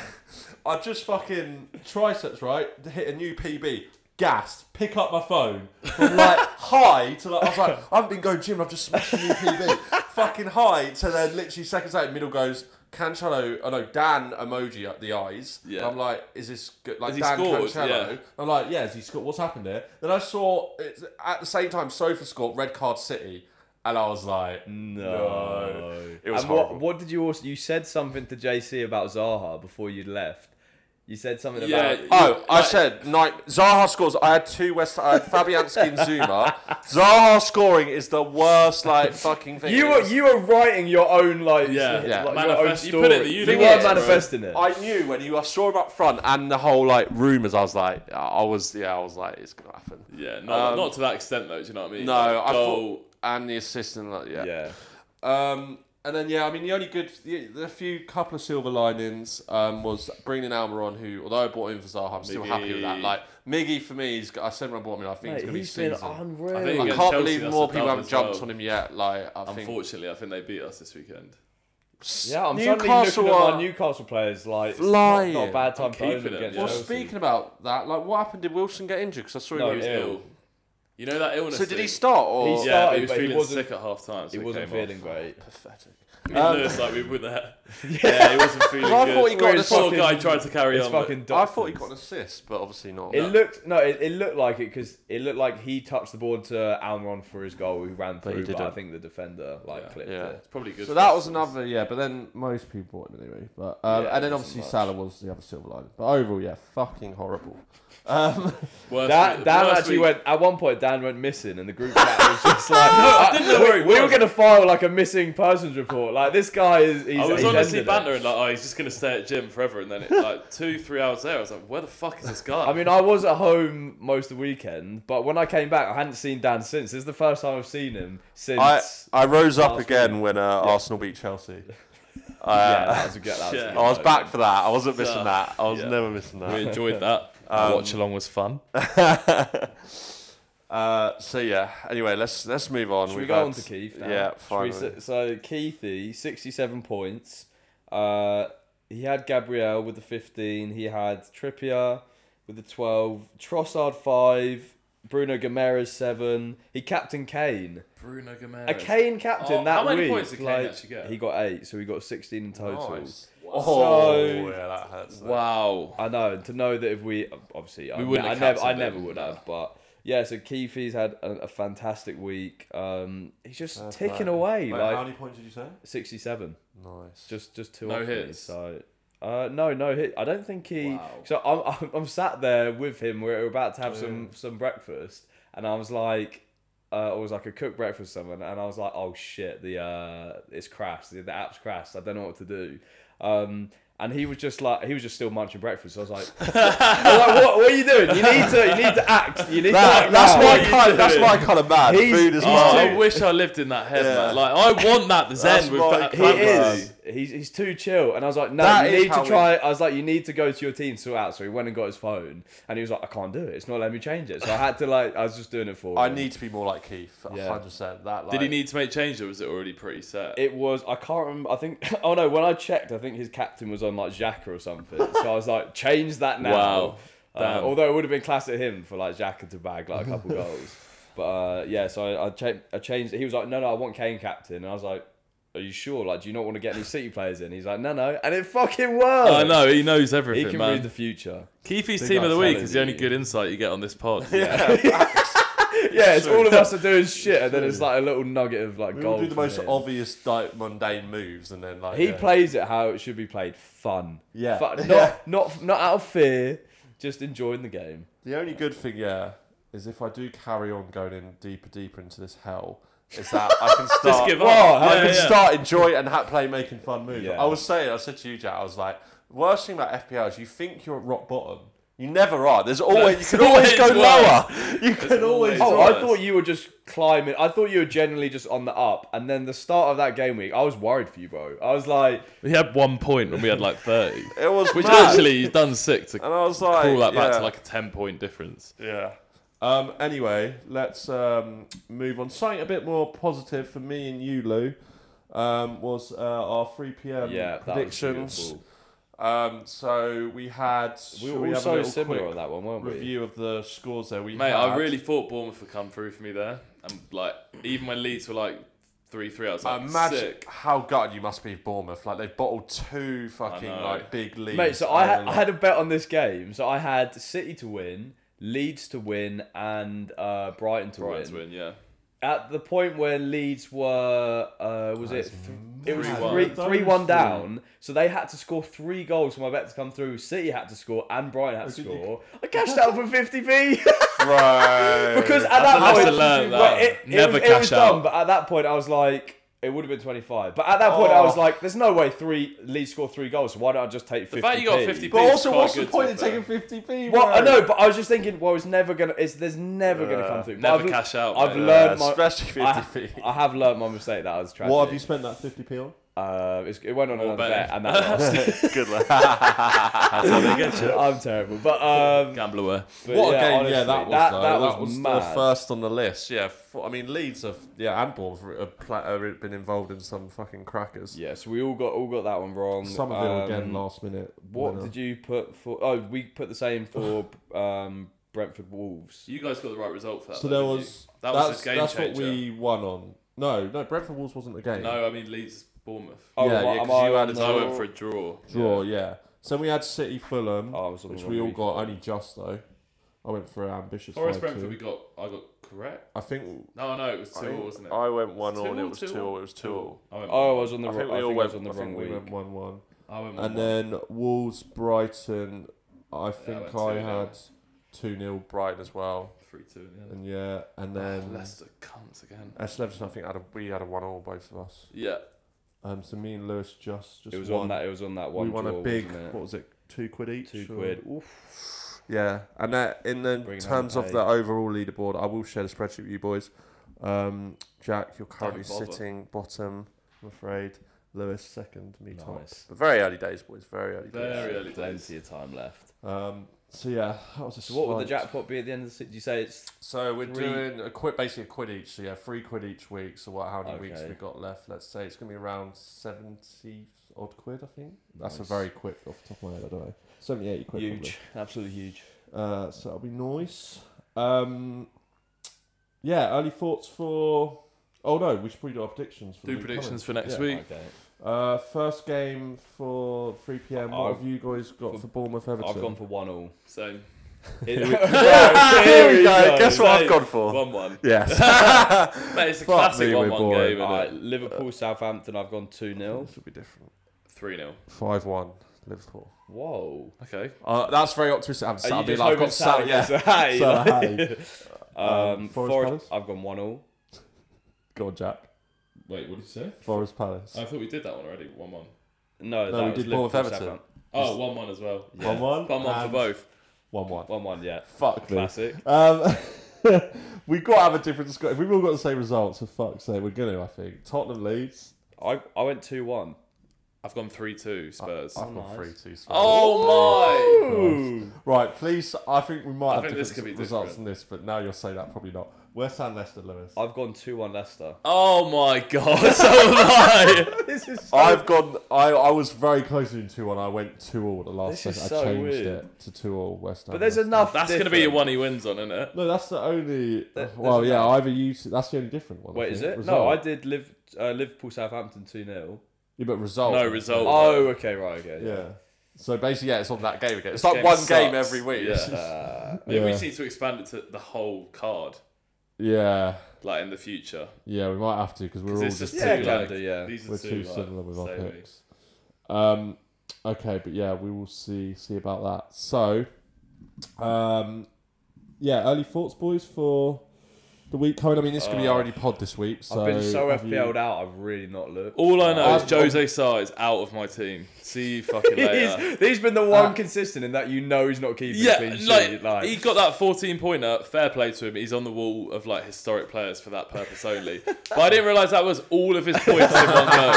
Speaker 1: I just fucking triceps, right? Hit a new PB. Gassed. Pick up my phone from like high to like I was like I haven't been going gym. I've just smashed a new PB. fucking high to then literally seconds later, middle goes Cancelo. I know Dan emoji up the eyes.
Speaker 2: Yeah.
Speaker 1: And I'm like, is this good? Like
Speaker 2: Has he
Speaker 1: Dan
Speaker 2: scored?
Speaker 1: Cancelo.
Speaker 2: Yeah.
Speaker 1: I'm like, yeah, has he scored? What's happened there? Then I saw it's, at the same time Sofa scored red card City, and I was like,
Speaker 3: No.
Speaker 1: It was
Speaker 3: and what,
Speaker 1: horrible.
Speaker 3: what did you also? You said something to JC about Zaha before you left. You said something
Speaker 2: Yeah.
Speaker 3: about.
Speaker 1: Oh, I
Speaker 2: Like-
Speaker 1: said nine. Zaha scores. I had two West. I had Fabianski and Zuma. Zaha scoring is the worst, like fucking thing.
Speaker 3: You
Speaker 1: It
Speaker 3: were
Speaker 1: was-
Speaker 3: you were writing your own like
Speaker 2: Yeah.
Speaker 1: Yeah.
Speaker 3: like, your own
Speaker 2: Manifest- you
Speaker 3: story.
Speaker 2: put it in the
Speaker 3: you
Speaker 2: universe,
Speaker 3: weren't
Speaker 2: bro.
Speaker 3: manifesting it.
Speaker 1: I knew when you I saw him up front and the whole like rumors. I was like, I was yeah, I was like, it's gonna happen.
Speaker 2: Yeah, not
Speaker 1: Um,
Speaker 2: not to that extent though. Do you know what I mean?
Speaker 1: No,
Speaker 2: Like,
Speaker 1: I
Speaker 2: goal-
Speaker 1: thought and the assistant. Like, yeah.
Speaker 3: yeah.
Speaker 1: Um, and then yeah, I mean the only good, the, the few couple of silver linings um, was bringing in Almiron, who although I bought him for Zaha, I'm still happy with that.
Speaker 2: Miggy.
Speaker 1: Like Miggy for me, he's, got- I said when I bought him, in, I think he's gonna be season.
Speaker 3: unreal.
Speaker 2: I think
Speaker 1: I
Speaker 2: against
Speaker 1: can't
Speaker 2: Chelsea,
Speaker 1: believe
Speaker 2: that's
Speaker 1: more
Speaker 2: a
Speaker 1: people
Speaker 2: dub
Speaker 1: haven't
Speaker 2: as
Speaker 1: jumped
Speaker 2: well.
Speaker 1: on him yet. Like I think
Speaker 2: Unfortunately, I think they beat us this weekend.
Speaker 3: yeah, I'm
Speaker 1: Newcastle
Speaker 3: suddenly looking at
Speaker 1: are-
Speaker 3: my Newcastle players like it's
Speaker 1: Flying.
Speaker 3: Not, not a bad time
Speaker 2: I'm
Speaker 3: for them
Speaker 2: keeping it,
Speaker 3: against
Speaker 2: yeah.
Speaker 1: Well,
Speaker 3: Chelsea.
Speaker 1: speaking about that, like what happened? Did Wilson get injured? Because I saw him.
Speaker 3: No,
Speaker 1: he
Speaker 2: He was
Speaker 1: was
Speaker 3: yeah.
Speaker 2: ill. You know that illness.
Speaker 1: Oh, so did he
Speaker 2: thing?
Speaker 1: start or
Speaker 3: He
Speaker 2: Yeah,
Speaker 3: started,
Speaker 2: but he was
Speaker 3: but he
Speaker 2: feeling
Speaker 3: wasn't-
Speaker 2: sick at half time. So
Speaker 3: he wasn't feeling great.
Speaker 1: pathetic?
Speaker 2: Off. Me and
Speaker 1: Um,
Speaker 2: Lewis, like we were there. Yeah, he wasn't feeling good.
Speaker 1: I thought he got
Speaker 3: Where
Speaker 1: an
Speaker 3: it's
Speaker 1: assist.
Speaker 2: Poor guy tried to carry
Speaker 3: It's
Speaker 2: on. but-
Speaker 3: fucking.
Speaker 1: I thought he
Speaker 3: doctors.
Speaker 1: got an assist, but obviously not.
Speaker 3: It looked no, it, it looked like it because it looked like he touched the ball to Almiron for his goal, who ran
Speaker 1: But he
Speaker 3: through. But, I
Speaker 1: didn't.
Speaker 3: think the defender like
Speaker 2: Yeah.
Speaker 3: clipped
Speaker 1: Yeah.
Speaker 3: it.
Speaker 2: It's probably good.
Speaker 1: So
Speaker 2: for
Speaker 1: that
Speaker 2: us.
Speaker 1: was another yeah, but then most people bought him anyway. But um,
Speaker 3: Yeah,
Speaker 1: and then
Speaker 3: it wasn't
Speaker 1: obviously
Speaker 3: much.
Speaker 1: Salah was the other silver lining. But overall, yeah, fucking horrible. Um,
Speaker 2: Worst
Speaker 3: Dan,
Speaker 2: week-
Speaker 3: Dan
Speaker 2: worst
Speaker 3: actually
Speaker 2: week-
Speaker 3: went at one point. Dan went missing, and the group chat was just like,
Speaker 2: I
Speaker 3: uh,
Speaker 2: didn't know where he
Speaker 3: we, we were
Speaker 2: was.
Speaker 3: going to file like a missing persons report. Like this guy is. He's,
Speaker 2: I was
Speaker 3: he's
Speaker 2: honestly
Speaker 3: ended it.
Speaker 2: bantering like, oh, he's just gonna stay at gym forever, and then it, like two, three hours there, I was like, where the fuck is this guy?
Speaker 3: I mean, I was at home most of the weekend, but when I came back, I hadn't seen Dan since. This is the first time I've seen him since.
Speaker 1: I I rose up
Speaker 3: Arsenal.
Speaker 1: again when uh, Arsenal beat Chelsea.
Speaker 3: yeah,
Speaker 1: Uh,
Speaker 3: that was a good. That was a
Speaker 2: Yeah.
Speaker 3: good
Speaker 1: I was
Speaker 3: moment.
Speaker 1: back for that. I wasn't
Speaker 2: So,
Speaker 1: missing that. I was
Speaker 2: yeah.
Speaker 1: never missing that.
Speaker 2: we enjoyed that.
Speaker 1: Um,
Speaker 2: Watch along was fun.
Speaker 1: uh, so yeah. Anyway, let's let's move on.
Speaker 3: Should
Speaker 1: We've
Speaker 3: we go
Speaker 1: had-
Speaker 3: on to Keith? Now?
Speaker 1: Yeah,
Speaker 3: Should we
Speaker 1: finally.
Speaker 3: s- so Keithy, sixty-seven points. Uh, he had Gabriel with the fifteen. He had Trippier with the twelve. Trossard five. Bruno Guimaraes seven. He captain Kane.
Speaker 2: Bruno Gomez.
Speaker 3: A Kane captain
Speaker 2: Oh,
Speaker 3: that
Speaker 2: how many
Speaker 3: week,
Speaker 2: points did Kane
Speaker 3: like,
Speaker 2: actually get?
Speaker 3: He got eight, so he got sixteen in total.
Speaker 1: Nice.
Speaker 3: So-
Speaker 1: Oh, yeah, that hurts. though.
Speaker 2: Wow.
Speaker 3: I know, and to know that if we obviously, I,
Speaker 2: We wouldn't
Speaker 3: ne- I
Speaker 2: have
Speaker 3: never, I
Speaker 2: captained
Speaker 3: never
Speaker 2: him,
Speaker 3: would
Speaker 2: no.
Speaker 3: have, but yeah. So Keithy's had a, a fantastic week. Um, he's just
Speaker 1: Fair
Speaker 3: ticking
Speaker 1: play.
Speaker 3: away,
Speaker 1: Wait,
Speaker 3: like
Speaker 1: how many points did you say?
Speaker 3: sixty-seven.
Speaker 1: Nice.
Speaker 3: just just two
Speaker 2: No
Speaker 3: off me,
Speaker 2: hits.
Speaker 3: so uh, no no hit. I don't think he.
Speaker 2: Wow. Oh,
Speaker 3: So I'm, I'm I'm sat there with him. We're about to have some some breakfast, and I was like, uh, I was like a cook breakfast with someone, and I was like, oh shit, the uh, it's crashed. The, the app's crashed. I don't know what to do. Um, and he was just like he was just still munching breakfast. I was like, I was like, what, what are you doing? You need to you need to act. You need to
Speaker 1: That,
Speaker 3: act
Speaker 1: that's
Speaker 3: now."
Speaker 1: my
Speaker 2: What you
Speaker 1: kind. That's
Speaker 2: doing?
Speaker 1: my kind of man.
Speaker 3: He's-
Speaker 1: Food is
Speaker 3: he's
Speaker 2: Oh,
Speaker 1: mine.
Speaker 2: I wish I lived in that head,
Speaker 1: Yeah.
Speaker 2: man. Like I want that the
Speaker 1: That's
Speaker 2: Zen with
Speaker 1: my
Speaker 2: that.
Speaker 1: kind
Speaker 3: He
Speaker 1: Like,
Speaker 3: is. He's, he's too chill. And I was like, no,
Speaker 1: That
Speaker 3: you
Speaker 1: is
Speaker 3: need
Speaker 1: how
Speaker 3: to
Speaker 1: we-
Speaker 3: try. I was like, you need to go to your team sort out. So he went and got his phone, and he was like, I can't do it. It's not letting me change it. So I had to like, I was just doing it for.
Speaker 1: I
Speaker 3: him.
Speaker 1: need to be more like Keith.
Speaker 3: Yeah.
Speaker 1: hundred percent. That. Like,
Speaker 2: Did he need to make change or was it already pretty set?
Speaker 3: It was. I can't remember. I think. Oh no, when I checked, I think his captain was on like Xhaka or something. so I was like, change that now.
Speaker 2: Wow.
Speaker 3: Uh,
Speaker 2: Damn.
Speaker 3: although it would have been classic him for like Xhaka to bag like a couple goals. But uh, yeah, so I, I, cha- I changed. He was like, no, no, I want Kane captain, and I was like. Are you sure? Like, do you not want to get any City players in? He's like, no, no, and it fucking worked.
Speaker 2: I know he knows
Speaker 3: He
Speaker 2: everything,
Speaker 3: can
Speaker 2: man.
Speaker 3: read the future.
Speaker 2: Keithy's
Speaker 3: Big
Speaker 2: team of
Speaker 3: up
Speaker 2: the week
Speaker 3: talent,
Speaker 2: is the only
Speaker 3: yeah.
Speaker 2: good insight you get on this pod.
Speaker 1: Yeah.
Speaker 3: yeah, it's
Speaker 1: true.
Speaker 3: all of us are doing shit, and then it's like a little nugget of like
Speaker 1: We all
Speaker 3: gold.
Speaker 1: do the
Speaker 3: from
Speaker 1: most
Speaker 3: him.
Speaker 1: obvious, like, mundane moves, and then like
Speaker 3: He
Speaker 1: yeah.
Speaker 3: plays it how it should be played, fun.
Speaker 1: Yeah.
Speaker 3: Fu- not
Speaker 1: Yeah.
Speaker 3: not not out of fear, just enjoying the game.
Speaker 1: The only good thing, yeah, is if I do carry on going in deeper, deeper into this hell, is that I can start.
Speaker 2: Just give up.
Speaker 1: Well, I
Speaker 2: Yeah,
Speaker 1: can
Speaker 2: yeah.
Speaker 1: start enjoying and ha- play making fun moves.
Speaker 3: Yeah.
Speaker 1: I was saying, I said to you, Jack, I was like, worst thing about FPL is you think you're at rock bottom. You never are. There's always you can always
Speaker 2: always
Speaker 1: go
Speaker 2: worse.
Speaker 1: lower. You can
Speaker 2: always
Speaker 1: always.
Speaker 2: It's
Speaker 3: oh,
Speaker 2: worse.
Speaker 3: I thought you were just climbing. I thought you were generally just on the up, and then the start of that game week, I was worried for you, bro. I was like,
Speaker 2: We had one point when we had like 30.
Speaker 1: It was
Speaker 2: Which
Speaker 1: mad.
Speaker 2: actually, you've done sick to
Speaker 1: and I was like,
Speaker 2: call that back
Speaker 1: yeah.
Speaker 2: to like a 10 point difference.
Speaker 1: Yeah. Um, anyway, let's um, move on. Something a bit more positive for me and you, Lou, um, was uh, our 3 p.m.
Speaker 3: yeah, that
Speaker 1: predictions.
Speaker 3: Was beautiful.
Speaker 1: Um, so we had.
Speaker 3: we
Speaker 1: shall
Speaker 3: were
Speaker 1: have a
Speaker 3: all so
Speaker 1: little
Speaker 3: similar
Speaker 1: quick
Speaker 3: on that one, weren't we?
Speaker 1: Review of the scores there. We
Speaker 2: Mate,
Speaker 1: had,
Speaker 2: I really thought Bournemouth would come through for me there. And like, even when Leeds were like 3 3, I was like,
Speaker 1: Uh, imagine
Speaker 2: sick.
Speaker 1: how gutted you must be, with Bournemouth. Like they've bottled two fucking
Speaker 2: know.
Speaker 1: like big leads.
Speaker 3: Mate, so I had, I had a bet on this game. So I had City to win, Leeds to win, and uh, Brighton to
Speaker 2: Brighton
Speaker 3: win.
Speaker 2: to win, yeah.
Speaker 3: At the point where Leeds were, uh, was it? Th- it was
Speaker 2: 3-1.
Speaker 3: three,
Speaker 1: Those
Speaker 3: three one
Speaker 1: three.
Speaker 3: down. So they had to score three goals for my bet to come through. City had to score, and Brighton had to
Speaker 1: did you-
Speaker 3: score. I cashed out for fifty p.
Speaker 1: right
Speaker 3: because at
Speaker 2: That's
Speaker 3: that
Speaker 2: a
Speaker 3: point,
Speaker 2: lesson learned,
Speaker 3: but
Speaker 2: that.
Speaker 3: it, it
Speaker 2: Never
Speaker 3: was, it
Speaker 2: cash
Speaker 3: was
Speaker 2: out.
Speaker 3: dumb. But at that point, I was like, it would have been twenty five. But at that point, I was
Speaker 1: Oh.
Speaker 3: like, there's no way three Leeds score three goals. So why don't I just take
Speaker 2: The
Speaker 3: fifty?
Speaker 2: fact you got 50
Speaker 1: But
Speaker 2: It's
Speaker 1: also,
Speaker 2: quite
Speaker 1: what's the
Speaker 2: good
Speaker 1: point
Speaker 2: to
Speaker 1: of
Speaker 2: be
Speaker 1: taking 50p?
Speaker 3: Well, I
Speaker 1: bro?
Speaker 3: know, but I was just thinking, well, it's never gonna. It's there's never gonna
Speaker 1: Yeah.
Speaker 3: come through. But
Speaker 2: Uh, Never
Speaker 3: I've,
Speaker 2: cash out.
Speaker 3: I've
Speaker 2: mate.
Speaker 1: Yeah,
Speaker 3: learned my.
Speaker 1: especially
Speaker 3: I,
Speaker 1: 50p.
Speaker 3: I have learned my mistake that I was tragic.
Speaker 1: What have you spent that 50p on?
Speaker 3: Uh, it's, it went on another
Speaker 2: betting.
Speaker 3: bet, and that lost.
Speaker 1: Good luck. That's how they get you.
Speaker 3: I'm terrible, but um,
Speaker 2: Gambler were.
Speaker 3: but
Speaker 1: What
Speaker 3: yeah,
Speaker 1: a game,
Speaker 3: honestly,
Speaker 1: yeah, that was,
Speaker 3: that,
Speaker 1: though.
Speaker 3: that
Speaker 1: That was,
Speaker 3: mad.
Speaker 1: the first on the list. Yeah, for, I mean, Leeds have, yeah, and Bournemouth have, have pla- have been involved in some fucking crackers.
Speaker 3: Yeah, so we all got all got that one wrong.
Speaker 1: Some of it
Speaker 3: Um,
Speaker 1: again, last minute.
Speaker 3: What did you put for? Oh, we put the same for um, Brentford Wolves.
Speaker 2: You guys got the right result for that.
Speaker 1: So
Speaker 2: though,
Speaker 1: there
Speaker 2: didn't
Speaker 1: was.
Speaker 2: you? That
Speaker 1: that's,
Speaker 2: was a game
Speaker 1: That's
Speaker 2: changer.
Speaker 1: what we won on. No, no, Brentford Wolves wasn't the game.
Speaker 2: No, I mean Leeds Bournemouth.
Speaker 3: Oh,
Speaker 1: yeah,
Speaker 3: am I-
Speaker 1: yeah,
Speaker 3: am
Speaker 1: 'cause you
Speaker 3: I
Speaker 1: had
Speaker 3: on
Speaker 1: a
Speaker 2: I went
Speaker 3: no.
Speaker 2: for a draw.
Speaker 1: draw. Yeah. So we had City Fulham,
Speaker 3: Oh, I was on the
Speaker 1: which
Speaker 3: wrong
Speaker 1: we all
Speaker 3: week.
Speaker 1: got only just though. I went for an ambitious.
Speaker 2: Forest
Speaker 1: 5-2.
Speaker 2: Brentford, we got. I got correct.
Speaker 1: I think
Speaker 2: No, no, it was two,
Speaker 1: I,
Speaker 2: all, wasn't it?
Speaker 1: I went one
Speaker 2: Two
Speaker 1: all.
Speaker 2: all,
Speaker 1: It was
Speaker 2: two
Speaker 1: two
Speaker 2: all?
Speaker 1: all. It was two all.
Speaker 2: I went.
Speaker 3: Oh, I was on the.
Speaker 1: I
Speaker 3: wrong-
Speaker 1: think
Speaker 3: I think
Speaker 1: we all
Speaker 3: I was
Speaker 1: went.
Speaker 3: on the
Speaker 1: I
Speaker 3: wrong
Speaker 1: think we
Speaker 3: week.
Speaker 1: went one one.
Speaker 2: I went.
Speaker 1: And
Speaker 2: one.
Speaker 1: then Wolves Brighton. I think
Speaker 2: went
Speaker 1: I
Speaker 2: 2-0.
Speaker 1: had two 0 Brighton as well.
Speaker 2: three two in the end.
Speaker 1: And yeah, and
Speaker 2: Ah,
Speaker 1: then
Speaker 2: Leicester cunts again.
Speaker 1: S Leverton. I think had a, we had a one all both of us.
Speaker 2: Yeah,
Speaker 1: Um, so me and Lewis just just
Speaker 3: It was
Speaker 1: won.
Speaker 3: on that. It was on that one.
Speaker 1: we won
Speaker 3: draw,
Speaker 1: a big.
Speaker 3: wasn't it?
Speaker 1: What was it? Two quid each.
Speaker 3: two
Speaker 1: or-
Speaker 3: quid.
Speaker 1: Yeah, and that in the
Speaker 3: Bringing home
Speaker 1: terms
Speaker 3: the
Speaker 1: of
Speaker 3: pay.
Speaker 1: the overall leaderboard, I will share the spreadsheet with you boys. Um, Jack, you're currently
Speaker 2: Don't bother.
Speaker 1: sitting bottom, I'm afraid. Lewis second, me top.
Speaker 3: Nice.
Speaker 1: But very early days, boys. Very early
Speaker 2: Very
Speaker 1: days.
Speaker 2: early days.
Speaker 3: Plenty of time left.
Speaker 1: Um, so yeah, that was a.
Speaker 3: So what would the
Speaker 1: slight-
Speaker 3: jackpot be at the end of the? se- Did you say it's?
Speaker 1: So we're
Speaker 3: Three-
Speaker 1: doing a quid, basically a quid each. So yeah, three quid each week. So what? How many weeks
Speaker 3: Okay.
Speaker 1: we got left? Let's say it's gonna be around seventy odd quid. I think that's a
Speaker 3: Nice.
Speaker 1: very quick off the top of my head. I don't know. Seventy eight quid. probably.
Speaker 3: Huge, absolutely huge.
Speaker 1: Uh, so that'll be nice. Um, yeah, early thoughts for. Oh no, we should probably do our predictions. For the
Speaker 2: Do
Speaker 1: week
Speaker 2: predictions for
Speaker 1: coming.
Speaker 2: next
Speaker 1: Yeah.
Speaker 2: week.
Speaker 3: Okay.
Speaker 1: Uh, first game for 3 p.m. What
Speaker 3: I've-
Speaker 1: have you guys got
Speaker 3: for-
Speaker 1: for Bournemouth Everton?
Speaker 3: I've gone for one all.
Speaker 2: Same.
Speaker 3: Here
Speaker 1: we-
Speaker 3: Here
Speaker 2: Same.
Speaker 1: for?
Speaker 2: One one.
Speaker 1: Yes.
Speaker 2: Mate, it's a
Speaker 1: Fuck
Speaker 2: classic
Speaker 1: me,
Speaker 2: one
Speaker 1: we're
Speaker 2: one
Speaker 1: boring.
Speaker 2: game.
Speaker 3: All right,
Speaker 2: Isn't it?
Speaker 3: Liverpool, Southampton. I've gone two 0
Speaker 1: this will be different.
Speaker 2: Three 0
Speaker 1: Five one Liverpool.
Speaker 3: Whoa.
Speaker 2: Okay.
Speaker 1: Uh, that's very optimistic. I'm
Speaker 3: Are
Speaker 1: I'll
Speaker 3: you
Speaker 1: be
Speaker 3: just
Speaker 1: like, I've
Speaker 3: hoping
Speaker 1: got Salah. Yeah.
Speaker 3: Salah gets a
Speaker 1: Salah,
Speaker 3: high,
Speaker 1: hey.
Speaker 3: like-
Speaker 1: Um,
Speaker 3: Um,
Speaker 1: Forest Palace?
Speaker 3: Forest. I've gone one all.
Speaker 1: Go on, Jack.
Speaker 2: Wait, what did you say?
Speaker 1: Forest Palace.
Speaker 2: I thought we did that one already. One one.
Speaker 3: No,
Speaker 1: No,
Speaker 3: that
Speaker 1: we
Speaker 3: was
Speaker 1: did
Speaker 3: Liverpool,
Speaker 1: Bournemouth Everton.
Speaker 3: Southampton.
Speaker 2: Oh, one one as well.
Speaker 1: One one.
Speaker 2: One one for
Speaker 1: and
Speaker 2: both.
Speaker 1: One one.
Speaker 3: One one, yeah.
Speaker 1: Fuck me.
Speaker 3: Classic.
Speaker 1: Um, we've got to have a different score. If we've all got the same results, for fuck's sake, we're going to, I think. Tottenham leads.
Speaker 3: I, I went two one.
Speaker 2: I've gone three two Spurs.
Speaker 1: I've got
Speaker 3: nice.
Speaker 1: 3 2 Spurs.
Speaker 2: oh
Speaker 1: Right, please, I think we might
Speaker 2: I
Speaker 1: have
Speaker 2: think
Speaker 1: different
Speaker 2: this could be
Speaker 1: results
Speaker 2: different.
Speaker 1: than this, but now you'll say that, probably not. West Ham, Leicester, Lewis.
Speaker 3: I've gone two one Leicester.
Speaker 2: my! Oh my God! So have I.
Speaker 3: this is so
Speaker 1: I've gone. I, I was very close in two one. I went two all at the last
Speaker 3: This
Speaker 1: second.
Speaker 3: is
Speaker 1: I
Speaker 3: so
Speaker 1: changed
Speaker 3: weird.
Speaker 1: it to two all West Ham.
Speaker 3: But there's
Speaker 1: Leicester.
Speaker 3: enough.
Speaker 2: That's going to be the one he wins on, isn't it?
Speaker 1: No, that's the only.
Speaker 3: There-
Speaker 1: well,
Speaker 3: there's
Speaker 1: yeah,
Speaker 3: enough.
Speaker 1: either you. Two, that's the only different one. I
Speaker 3: Wait, is
Speaker 1: think,
Speaker 3: it? No,
Speaker 1: result.
Speaker 3: I did Liv, uh, Liverpool Southampton two 0
Speaker 1: Yeah, but result.
Speaker 2: No, result.
Speaker 3: Oh, okay, right, okay.
Speaker 1: Yeah. So basically, yeah, it's on that game again. It's
Speaker 2: This
Speaker 1: like
Speaker 2: game
Speaker 1: one
Speaker 2: sucks.
Speaker 1: game every week.
Speaker 2: Yeah.
Speaker 3: Uh,
Speaker 2: Maybe
Speaker 1: Yeah.
Speaker 2: we just need to expand it to the whole card.
Speaker 1: Yeah,
Speaker 2: like in the future.
Speaker 1: yeah, we might have to because we're
Speaker 2: 'Cause
Speaker 1: all
Speaker 2: it's
Speaker 1: just,
Speaker 2: just
Speaker 3: Yeah,
Speaker 2: too
Speaker 3: can
Speaker 2: like,
Speaker 3: do, yeah.
Speaker 2: These are
Speaker 1: we're
Speaker 2: too,
Speaker 1: too
Speaker 2: like,
Speaker 1: similar with our
Speaker 2: same-y.
Speaker 1: picks. Um, okay, but yeah, we will see see about that. So, um, yeah, early thoughts, boys, for the week coming. I mean, this is gonna be
Speaker 3: Uh,
Speaker 1: already pod this week. So
Speaker 3: I've been so
Speaker 1: have you-
Speaker 3: FPL'd out. I've really not looked.
Speaker 2: All I know
Speaker 1: I've-
Speaker 2: is Jose Sarr is out of my team. See you fucking later.
Speaker 3: he's, he's been the one
Speaker 1: Uh,
Speaker 3: consistent in that you know he's not keeping a
Speaker 2: Yeah,
Speaker 3: clean sheet.
Speaker 2: like, he got that 14 pointer. Fair play to him. He's on the wall of like historic players for that purpose only. but I didn't realise that was all of his points in one go.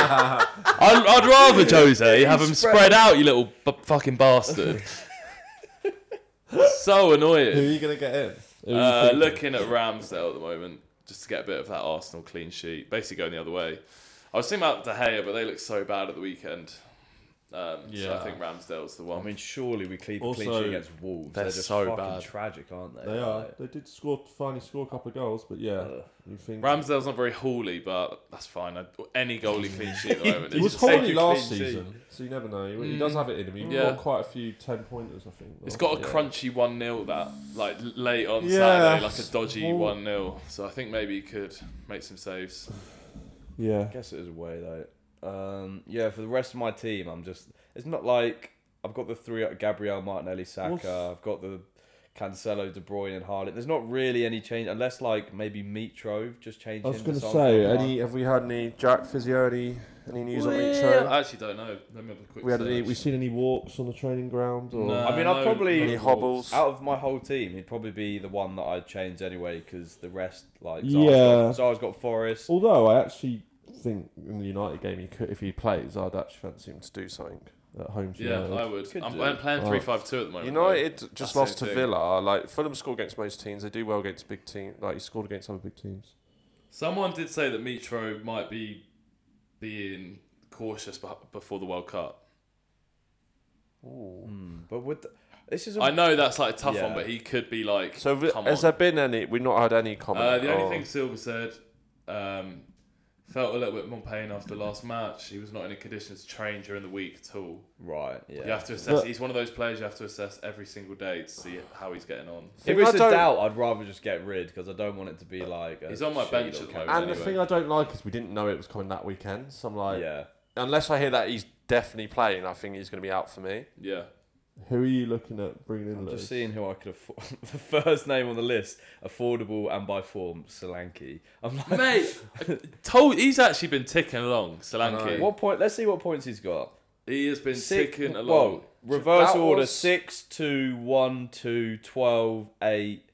Speaker 2: I'd, I'd rather Jose have him
Speaker 3: spread-
Speaker 2: spread out, you little b- fucking bastard. so
Speaker 1: Who are
Speaker 2: annoying.
Speaker 1: you gonna get in? Who are you
Speaker 2: Uh,
Speaker 1: thinking?
Speaker 2: looking at Ramsdale at the moment, just to get a bit of that Arsenal clean sheet. Basically going the other way. I was thinking about De Gea, but they look so bad at the weekend. Um, So
Speaker 1: Yeah.
Speaker 2: I think Ramsdale's the
Speaker 3: I
Speaker 2: one.
Speaker 3: mean, surely we keep a clean
Speaker 1: Also,
Speaker 3: sheet against Wolves.
Speaker 2: they're
Speaker 3: They're, just
Speaker 2: so
Speaker 3: fucking
Speaker 2: bad.
Speaker 3: tragic, aren't they?
Speaker 1: They are.
Speaker 3: Like,
Speaker 1: They did score finally score a couple of goals, but yeah, you think
Speaker 2: Ramsdale's not very holy, but that's fine. I, any goalie clean sheet at the moment.
Speaker 1: It
Speaker 2: is
Speaker 1: was
Speaker 2: just-
Speaker 3: take
Speaker 1: holy
Speaker 3: your
Speaker 1: last
Speaker 3: clean
Speaker 1: season, so you never know. He, he does have it in him. He
Speaker 2: Yeah.
Speaker 1: got quite a few ten pointers, I think.
Speaker 2: it's
Speaker 1: though.
Speaker 2: got a
Speaker 1: Yeah.
Speaker 2: crunchy one 0 that like l- late on
Speaker 1: Yeah.
Speaker 2: Saturday, like a dodgy
Speaker 1: Well-
Speaker 2: one 0 So I think maybe you could make some saves.
Speaker 1: Yeah.
Speaker 3: I guess it is a way though. Um, yeah, for the rest of my team, I'm just. It's not like I've got the three Gabriel, Martinelli, Saka.
Speaker 1: What's-
Speaker 3: I've got the Cancelo, De Bruyne, and Haaland. There's not really any change unless like maybe Mitrov just changed.
Speaker 1: I was
Speaker 3: him
Speaker 1: gonna
Speaker 3: something
Speaker 1: say,
Speaker 3: like-
Speaker 1: any have we had any Jack physio any any news on each
Speaker 2: I actually don't know. Let me have a quick.
Speaker 1: We had any?
Speaker 2: search.
Speaker 1: We seen any walks on the training ground or
Speaker 2: No,
Speaker 3: I mean, I'd
Speaker 2: no-
Speaker 3: probably-
Speaker 2: no
Speaker 1: any
Speaker 2: balls.
Speaker 1: hobbles?
Speaker 3: Out of my whole team, he'd probably be the one that I'd change anyway because the rest, like,
Speaker 1: Yeah.
Speaker 3: Zara's got, Zara's got Forest.
Speaker 1: Although I actually think in the United game, he could, if he plays, I'd actually fancy him to do something at home. To
Speaker 2: Yeah,
Speaker 1: United.
Speaker 2: I would.
Speaker 3: Could
Speaker 2: I'm,
Speaker 3: do.
Speaker 2: I'm playing
Speaker 1: Wow.
Speaker 2: three five two at the moment.
Speaker 1: United
Speaker 2: That's
Speaker 1: just
Speaker 2: the
Speaker 1: lost to
Speaker 2: thing.
Speaker 1: Villa. Like Fulham score against most teams. They do well against big teams. Like he scored against other big teams.
Speaker 2: though. Someone did say that Mitro might be being cautious beh- before the World Cup.
Speaker 3: Mm, But with the, this is a
Speaker 2: I know that's like a tough one,
Speaker 3: Yeah.
Speaker 2: but he could be like.
Speaker 1: So have-
Speaker 2: come
Speaker 1: has
Speaker 2: on.
Speaker 1: there been any? We've not had any comment.
Speaker 2: Uh, the only
Speaker 1: or-
Speaker 2: thing Silver said, um, felt a little bit more pain after last match. He was not in a condition to train during the week at all.
Speaker 3: right. Yeah.
Speaker 2: You have to assess.
Speaker 1: But-
Speaker 2: he's one of those players you have to assess every single day to see how he's getting on.
Speaker 3: If
Speaker 1: Thing I
Speaker 3: it's a
Speaker 1: don't-
Speaker 3: doubt, I'd rather just get rid because I don't want it to be like a
Speaker 2: He's on my
Speaker 3: shitty
Speaker 2: bench
Speaker 3: little
Speaker 2: at the moment.
Speaker 1: And
Speaker 3: campaign.
Speaker 1: the
Speaker 2: anyway.
Speaker 1: thing I don't like is we didn't know it was coming that weekend. So I'm like,
Speaker 3: yeah.
Speaker 1: unless I hear that he's definitely playing, I think he's going to be out for me.
Speaker 2: Yeah,
Speaker 1: Who are you looking at bringing in?
Speaker 3: I'm
Speaker 1: Lewis?
Speaker 3: just seeing who I could afford. the first name on the list, affordable and by form, Solanke. I'm like,
Speaker 2: mate. I told he's actually been ticking along,
Speaker 1: I
Speaker 2: Solanke.
Speaker 1: know.
Speaker 3: what point? Let's see what points he's got.
Speaker 2: He has been
Speaker 3: Six-
Speaker 2: ticking along.
Speaker 3: Whoa, reverse
Speaker 1: That
Speaker 3: order:
Speaker 1: was-
Speaker 3: six, two, one, two, twelve, eight,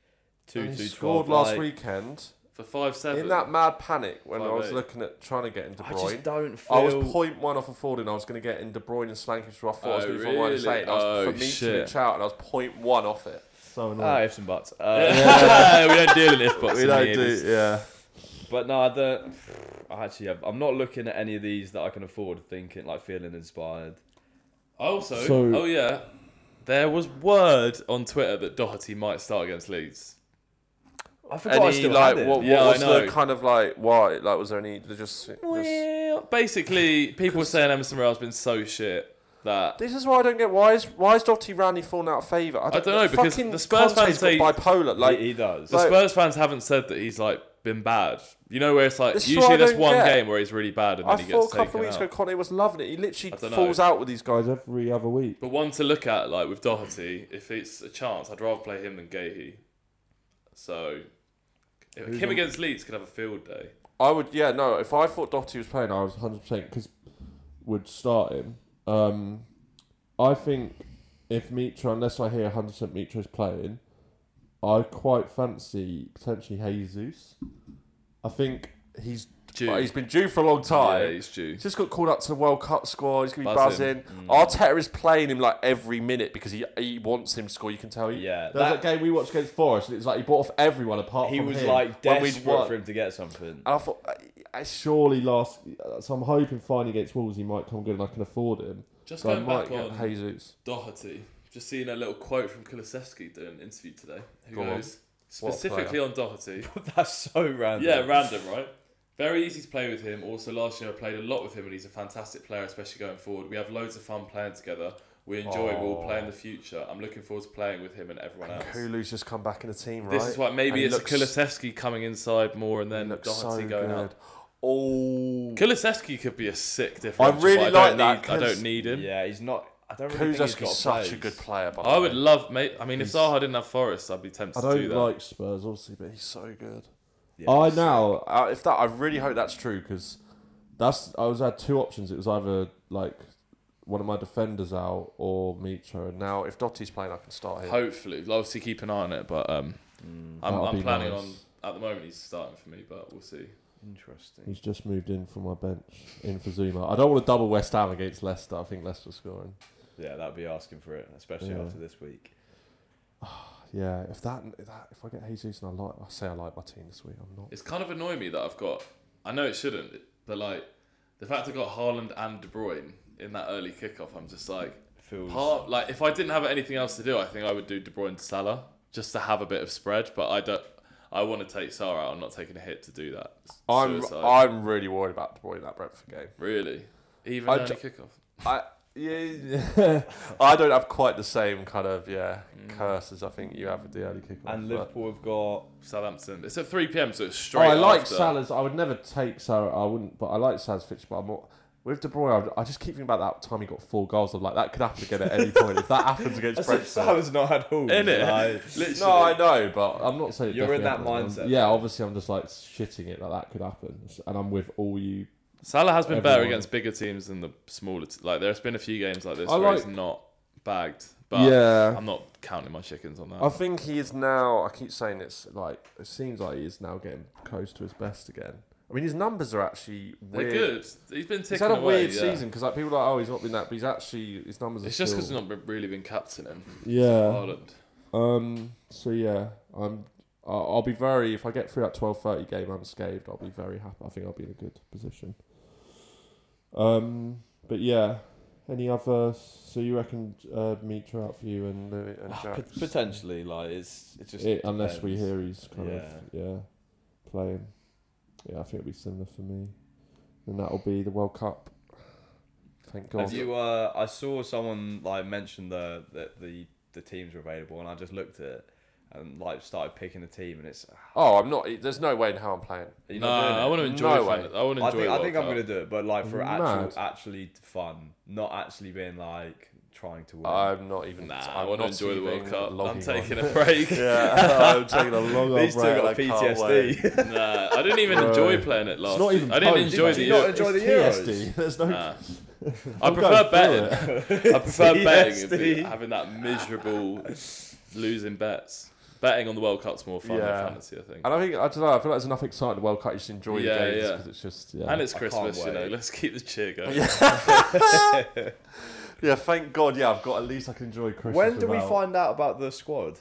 Speaker 3: two,
Speaker 1: And he
Speaker 3: two,
Speaker 1: scored
Speaker 3: 12,
Speaker 1: last
Speaker 3: like-
Speaker 1: weekend
Speaker 2: for five seven.
Speaker 1: in that mad panic when I
Speaker 2: Five
Speaker 1: was
Speaker 2: eight.
Speaker 1: looking at trying to get in De
Speaker 3: I
Speaker 1: Bruyne.
Speaker 3: just don't feel.
Speaker 1: I was point one off of Ford and I was going to get in De Bruyne and Slankish for off. I was
Speaker 2: Oh,
Speaker 1: going to be really?
Speaker 2: really?
Speaker 1: eight. and I was
Speaker 2: Oh,
Speaker 1: for me
Speaker 2: shit.
Speaker 1: to out and I was point one off it. So
Speaker 3: Ah, ifs and buts. Uh,
Speaker 2: Yeah. we don't deal in if box.
Speaker 1: we don't do, yeah.
Speaker 3: But no, I don't. I actually, have, I'm not looking at any of these that I can afford. Thinking like feeling inspired.
Speaker 2: Also,
Speaker 1: So-
Speaker 2: oh yeah, there was word on Twitter that Doherty might start against Leeds.
Speaker 3: I forgot I
Speaker 1: Any
Speaker 3: still
Speaker 1: like
Speaker 3: had
Speaker 1: what,
Speaker 3: him.
Speaker 1: what
Speaker 2: Yeah, I
Speaker 1: was the
Speaker 2: know.
Speaker 1: kind of like why? Like was there any just, just
Speaker 2: Well, basically, people were saying Emerson Royal's been so shit that
Speaker 1: This is why I don't get why is why is Doherty Randy falling out of favour? I
Speaker 2: don't know, because
Speaker 1: fucking
Speaker 2: the Spurs
Speaker 1: Conte's
Speaker 2: fans say-
Speaker 1: got bipolar. Like
Speaker 3: he, he does.
Speaker 2: the
Speaker 1: Like-
Speaker 2: Spurs fans haven't said that he's like been bad. You know, where it's like
Speaker 1: This is what I
Speaker 2: usually there's
Speaker 1: don't
Speaker 2: one
Speaker 1: get.
Speaker 2: game where he's really bad and
Speaker 1: I
Speaker 2: then he
Speaker 1: thought a
Speaker 2: gets
Speaker 1: couple
Speaker 2: taken
Speaker 1: of weeks
Speaker 2: out.
Speaker 1: ago, Conte was loving it. He
Speaker 2: I
Speaker 1: literally
Speaker 2: dunno.
Speaker 1: falls out with these guys every other week.
Speaker 2: But one to look at, like with Doherty, if it's a chance, I'd rather play him than Gahey. So, if
Speaker 1: Who's
Speaker 2: him
Speaker 1: on-
Speaker 2: against Leeds could have a field day.
Speaker 1: I would, yeah, no. If I thought Doherty was playing, I was 100 percent because would start him. Um, I think if Mitra, unless I hear 100 percent Mitra's playing, I quite fancy potentially Jesus. I think he's
Speaker 2: Due.
Speaker 1: he's been due for a long time.
Speaker 2: Yeah, he's due.
Speaker 1: He's just got called up to the World Cup squad. He's gonna be buzzing.
Speaker 2: Buzzing.
Speaker 3: Mm.
Speaker 1: Arteta is playing him like every minute because he he wants him to score. You can tell. He, there
Speaker 3: Yeah,
Speaker 1: was that
Speaker 3: that-
Speaker 1: game we watched against Forest, and it was like he bought off everyone apart
Speaker 3: He
Speaker 1: from
Speaker 3: was
Speaker 1: him
Speaker 3: like
Speaker 1: when we'd
Speaker 3: desperate
Speaker 1: won.
Speaker 3: for him to get something.
Speaker 1: And I thought, I- I surely last. So I'm hoping finally against Wolves he might come good and I can afford him.
Speaker 2: Just
Speaker 1: So I
Speaker 2: going
Speaker 1: might
Speaker 2: back
Speaker 1: get
Speaker 2: on
Speaker 1: Jesus.
Speaker 2: Doherty. Just seeing a little quote from Kulisevsky doing an interview today. Who
Speaker 1: Go on.
Speaker 2: goes specifically on Doherty?
Speaker 3: That's so random.
Speaker 2: yeah, random, right? Very easy to play with him. Also, last year I played a lot with him, and he's a fantastic player, especially going forward. We have loads of fun playing together. We enjoy. We'll
Speaker 1: Oh.
Speaker 2: play in the future. I'm looking forward to playing with him and everyone else.
Speaker 1: Kulu's just come back in the team, right?
Speaker 2: This is why maybe
Speaker 1: And he
Speaker 2: it's
Speaker 1: looks-
Speaker 2: Kulisevsky coming inside more and
Speaker 1: he
Speaker 2: then
Speaker 1: looks
Speaker 2: Doherty
Speaker 1: so
Speaker 2: going
Speaker 1: good.
Speaker 2: up.
Speaker 1: Oh,
Speaker 2: Kulisevsky could be a sick difference.
Speaker 1: really like
Speaker 2: I
Speaker 1: that,
Speaker 2: don't Need, I
Speaker 1: 'cause-
Speaker 2: don't need him.
Speaker 3: Yeah, he's not. I don't really think he's
Speaker 1: Kulusevski's
Speaker 3: got
Speaker 1: such a
Speaker 3: pace.
Speaker 1: good player. By the
Speaker 2: I would
Speaker 1: way.
Speaker 2: love, mate. I mean, if
Speaker 1: He's-
Speaker 2: Zaha didn't have Forest, I'd be tempted
Speaker 1: I
Speaker 2: to do
Speaker 1: don't
Speaker 2: that.
Speaker 1: like Spurs, obviously, but he's so good.
Speaker 3: Yeah,
Speaker 1: I
Speaker 3: he's-
Speaker 1: now, uh, if that, I really hope that's true because that's I was had two options. It was either like one of my defenders out or Mitro. And now, if Dottie's playing, I can start him.
Speaker 2: Hopefully, We'll obviously keep an eye on it, but um,
Speaker 3: Hmm,
Speaker 2: I'm,
Speaker 1: That'll
Speaker 2: I'm
Speaker 1: be
Speaker 2: planning
Speaker 1: nice.
Speaker 2: on at the moment he's starting for me, but we'll see.
Speaker 3: Interesting.
Speaker 1: He's just moved in from my bench in for Zuma. I don't want to double West Ham against Leicester. I think Leicester's scoring.
Speaker 3: Yeah, that'd be asking for it, especially
Speaker 1: Yeah.
Speaker 3: after this week.
Speaker 1: Yeah, if that, if that if I get Jesus and I like, I say I like my team this week. I'm not.
Speaker 2: It's kind of annoying me that I've got. I know it shouldn't, but like the fact I got Haaland and De Bruyne in that early kickoff, I'm just like,
Speaker 3: Feels
Speaker 2: part like if I didn't have anything else to do, I think I would do De Bruyne to Salah just to have a bit of spread. But I don't. I want to take Salah out. I'm not taking a hit to do that. It's
Speaker 1: I'm
Speaker 2: suicide.
Speaker 1: I'm really worried about De Bruyne in that Brentford game.
Speaker 2: really even
Speaker 1: I
Speaker 2: early
Speaker 1: ju-
Speaker 2: kickoff.
Speaker 1: I yeah, I don't have quite the same kind of yeah
Speaker 2: Mm.
Speaker 1: curse as I think you have with the early kickoff.
Speaker 3: And
Speaker 1: but-
Speaker 3: Liverpool have got
Speaker 2: Southampton. It's at 3 p.m. So it's
Speaker 1: Oh,
Speaker 2: straight.
Speaker 1: I like
Speaker 2: after.
Speaker 1: Salah's. I would never take Salah. I wouldn't, but I like Salah's fixture. But I'm more, with De Bruyne, I, I just keep thinking about that time he got four goals. I'm like, that could happen again at any point. If that happens against
Speaker 3: As if
Speaker 1: Brentford,
Speaker 3: Salah's not had Hall.
Speaker 2: In it,
Speaker 3: Like,
Speaker 2: literally.
Speaker 1: no, I know, but I'm not saying it
Speaker 3: You're in
Speaker 1: definitely
Speaker 3: that
Speaker 1: happens.
Speaker 3: mindset.
Speaker 1: I'm- Yeah, obviously, I'm just like shitting it that that could happen, and I'm with all you.
Speaker 2: Salah has been better
Speaker 1: Everyone.
Speaker 2: against bigger teams than the smaller. T- like there's been a few games like this
Speaker 1: I
Speaker 2: where
Speaker 1: like-
Speaker 2: he's not bagged, but
Speaker 1: Yeah.
Speaker 2: I'm uh, not counting my chickens on that.
Speaker 1: I think he is now. I keep saying it's like it seems like he is now getting close to his best again. I mean, his numbers are actually
Speaker 2: They're
Speaker 1: weird.
Speaker 2: good. He's been ticking
Speaker 1: He's had a
Speaker 2: away,
Speaker 1: weird
Speaker 2: yeah.
Speaker 1: season because like people are like, oh, he's not been that, but he's actually his numbers.
Speaker 2: It's
Speaker 1: are
Speaker 2: just because he's
Speaker 1: still-
Speaker 2: not been- really been captaining
Speaker 1: Yeah.
Speaker 2: Ireland.
Speaker 1: Um. So yeah, I'm. I- I'll be very. If I get through that twelve thirty game unscathed, I'll be very happy. I think I'll be in a good position. Um. But yeah. Any other? So you reckon uh, Mitra out for you and Louis and
Speaker 2: Ah,
Speaker 3: pot-
Speaker 1: Jax?
Speaker 3: potentially, like it's it's just
Speaker 1: It- unless we
Speaker 3: depends.
Speaker 1: hear he's kind of yeah playing. Yeah, I think it'll be similar for me. And that'll be the World Cup. Thank God.
Speaker 3: Have you? Uh, I saw someone like mention the that the the teams were available, and I just looked at it and like started picking a team, and it's
Speaker 1: oh, I'm not. There's no way in how I'm playing.
Speaker 3: are you
Speaker 2: No,
Speaker 3: not doing
Speaker 2: I
Speaker 3: it?
Speaker 2: want to
Speaker 1: No
Speaker 2: enjoy.
Speaker 1: way.
Speaker 2: fan- I want to enjoy.
Speaker 3: I think, I
Speaker 2: World
Speaker 3: think I'm
Speaker 2: Cup.
Speaker 3: gonna do it, but like for
Speaker 1: Mad.
Speaker 3: actual actually fun, not actually being like trying to win.
Speaker 1: I'm not even.
Speaker 2: Nah,
Speaker 1: I'm
Speaker 2: I want to
Speaker 1: not
Speaker 2: enjoy the World
Speaker 1: even
Speaker 2: Cup.
Speaker 1: logging
Speaker 2: I'm
Speaker 1: on.
Speaker 2: taking a break.
Speaker 1: Yeah, I'm taking a long old
Speaker 3: These two
Speaker 1: break
Speaker 3: got
Speaker 1: and I can't wait.
Speaker 3: PTSD.
Speaker 2: Nah, I didn't even
Speaker 1: Bro.
Speaker 2: enjoy playing it last.
Speaker 1: It's not
Speaker 2: week.
Speaker 1: even
Speaker 2: I didn't
Speaker 1: posed,
Speaker 2: enjoy
Speaker 1: mate.
Speaker 2: the.
Speaker 3: Did you not
Speaker 2: Euro-
Speaker 3: enjoy- the
Speaker 1: PTSD. There's no.
Speaker 2: Nah. I
Speaker 1: I'm going
Speaker 2: prefer
Speaker 1: through
Speaker 2: betting. I prefer betting and be-
Speaker 3: PTSD.
Speaker 2: having that miserable losing bets. Betting on the World Cup's more fun
Speaker 1: Yeah.
Speaker 2: than fantasy, I think.
Speaker 1: And I think I don't know. I feel like there's enough excitement. at The World Cup, you just enjoy
Speaker 2: Yeah,
Speaker 1: the games
Speaker 2: yeah.
Speaker 1: because it's just yeah.
Speaker 2: And it's
Speaker 3: I can't
Speaker 2: Christmas, you know.
Speaker 3: wait.
Speaker 2: Let's keep the cheer going.
Speaker 1: yeah, thank God. Yeah, I've got at least I can enjoy Christmas.
Speaker 3: when do we
Speaker 1: without-
Speaker 3: find out about the squad?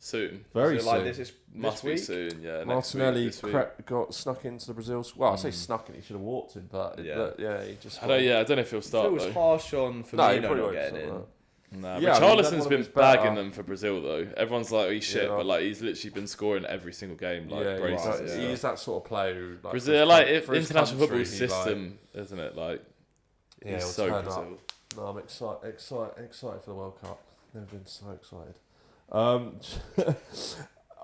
Speaker 2: Soon.
Speaker 1: Very
Speaker 3: Is it like
Speaker 1: soon.
Speaker 3: this is this
Speaker 2: Must be
Speaker 3: week?
Speaker 2: soon, yeah. Next week,
Speaker 1: Martinelli
Speaker 2: this week. Hmm.
Speaker 1: crept, got snuck into the Brazil. s- Well, I say snuck in. He should have walked in, but
Speaker 3: Yeah.
Speaker 1: yeah, yeah he just.
Speaker 2: I don't, yeah, I don't know if he'll
Speaker 3: Phil
Speaker 2: start,
Speaker 3: was
Speaker 2: though.
Speaker 3: harsh on Firmino
Speaker 1: No, he probably
Speaker 3: not
Speaker 1: won't.
Speaker 3: getting in.
Speaker 1: start
Speaker 2: Nah,
Speaker 1: Yeah, I mean, that's
Speaker 2: Richarlison's
Speaker 1: one of
Speaker 2: been
Speaker 1: his better-
Speaker 2: bagging them for Brazil, though. Everyone's like, oh, he's shit,
Speaker 1: Yeah.
Speaker 2: but, like, he's literally been scoring every single game,
Speaker 1: that.
Speaker 2: like,
Speaker 1: yeah,
Speaker 2: braces.
Speaker 1: he's,
Speaker 3: right,
Speaker 1: that-
Speaker 2: and
Speaker 3: yeah.
Speaker 2: stuff.
Speaker 1: he's that sort of player. who, Like, for
Speaker 2: Brazil,
Speaker 1: his
Speaker 2: like,
Speaker 1: coun-
Speaker 2: if
Speaker 1: for his
Speaker 2: international football
Speaker 1: country, he, like-
Speaker 2: system, isn't it? Like,
Speaker 1: Yeah,
Speaker 2: it's
Speaker 1: he'll
Speaker 2: so
Speaker 1: turn
Speaker 2: Brazil.
Speaker 1: up. No, I'm excited, excited, excited for the World Cup. Never been so excited. Um,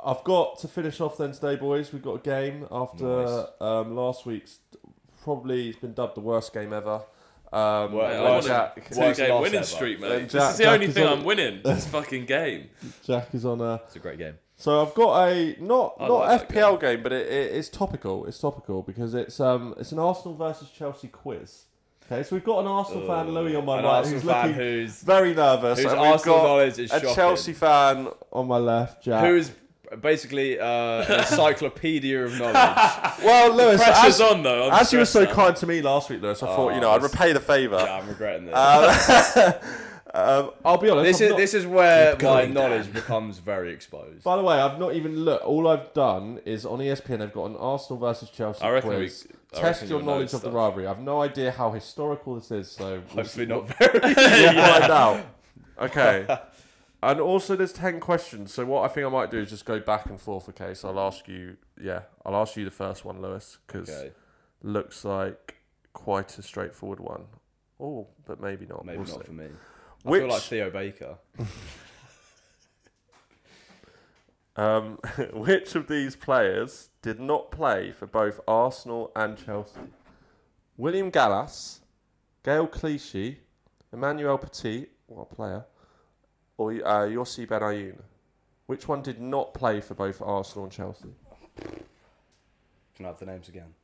Speaker 1: I've got to finish off then today, boys. We've got a game after
Speaker 3: Nice.
Speaker 1: um, last week's. Probably it's been dubbed the worst game ever. Um,
Speaker 3: Well,
Speaker 1: and
Speaker 2: I wanna-
Speaker 1: Jack,
Speaker 3: Well,
Speaker 2: Two
Speaker 3: it's
Speaker 2: game
Speaker 3: lost
Speaker 2: winning
Speaker 3: ever.
Speaker 2: streak, mate.
Speaker 1: Then
Speaker 2: this
Speaker 1: Jack-
Speaker 2: is the
Speaker 1: Jack
Speaker 2: only
Speaker 1: is
Speaker 2: thing
Speaker 1: on-
Speaker 2: I'm winning. This fucking game.
Speaker 1: Jack is on a.
Speaker 3: It's a great game.
Speaker 1: So I've got a not
Speaker 2: I
Speaker 1: not
Speaker 2: like that
Speaker 1: FPL game, but it, it, it's topical. It's topical because it's um it's an Arsenal versus Chelsea quiz. Okay, so we've got an Arsenal fan Louis on my
Speaker 3: Oh, An
Speaker 1: right
Speaker 3: Arsenal
Speaker 1: who's
Speaker 3: fan
Speaker 1: looking
Speaker 3: who's
Speaker 1: very nervous.
Speaker 3: whose
Speaker 1: and we've
Speaker 3: Arsenal
Speaker 1: got-
Speaker 3: knowledge is
Speaker 1: a
Speaker 3: shocking.
Speaker 1: Chelsea fan on my left, Jack.
Speaker 3: who is basically uh, an encyclopedia of knowledge.
Speaker 1: well, Lewis,
Speaker 2: Pressure's
Speaker 1: as,
Speaker 2: on, though. I'm
Speaker 1: as you were so
Speaker 2: stressed out.
Speaker 1: kind to me last week, Lewis, I thought you know I'd
Speaker 3: that's-
Speaker 1: repay the favour.
Speaker 3: Oh, yeah, I'm regretting this.
Speaker 1: Uh, Um, I'll be honest.
Speaker 3: this
Speaker 1: I've
Speaker 3: is
Speaker 1: not-
Speaker 3: this is where my
Speaker 1: going
Speaker 3: knowledge becomes very exposed.
Speaker 1: By the way, I've not even looked. All I've done is on E ESPN. They've got an Arsenal versus Chelsea
Speaker 2: I reckon
Speaker 1: quiz.
Speaker 2: we- I
Speaker 1: Test
Speaker 2: reckon
Speaker 1: your
Speaker 2: you'll know
Speaker 1: knowledge of the
Speaker 2: stuff.
Speaker 1: rivalry. I've no idea how historical this is, so we'll
Speaker 3: Hopefully not very.
Speaker 1: we'll find out. Okay. and also, there's ten questions. So what I think I might do is just go back and forth. Okay, so I'll ask you. Yeah, I'll ask you the first one, Lewis, because
Speaker 3: okay,
Speaker 1: looks like quite a straightforward one. Oh, but maybe not.
Speaker 3: maybe
Speaker 1: We'll
Speaker 3: not
Speaker 1: see.
Speaker 3: for me. I
Speaker 1: Which
Speaker 3: feel like Theo Baker.
Speaker 1: um, which of these players did not play for both Arsenal and Chelsea? William Gallas, Gail Clichy, Emmanuel Petit, what a player, or uh, Yossi Ben Ayoun? Which one did not play for both Arsenal and Chelsea?
Speaker 3: Can I have the names again?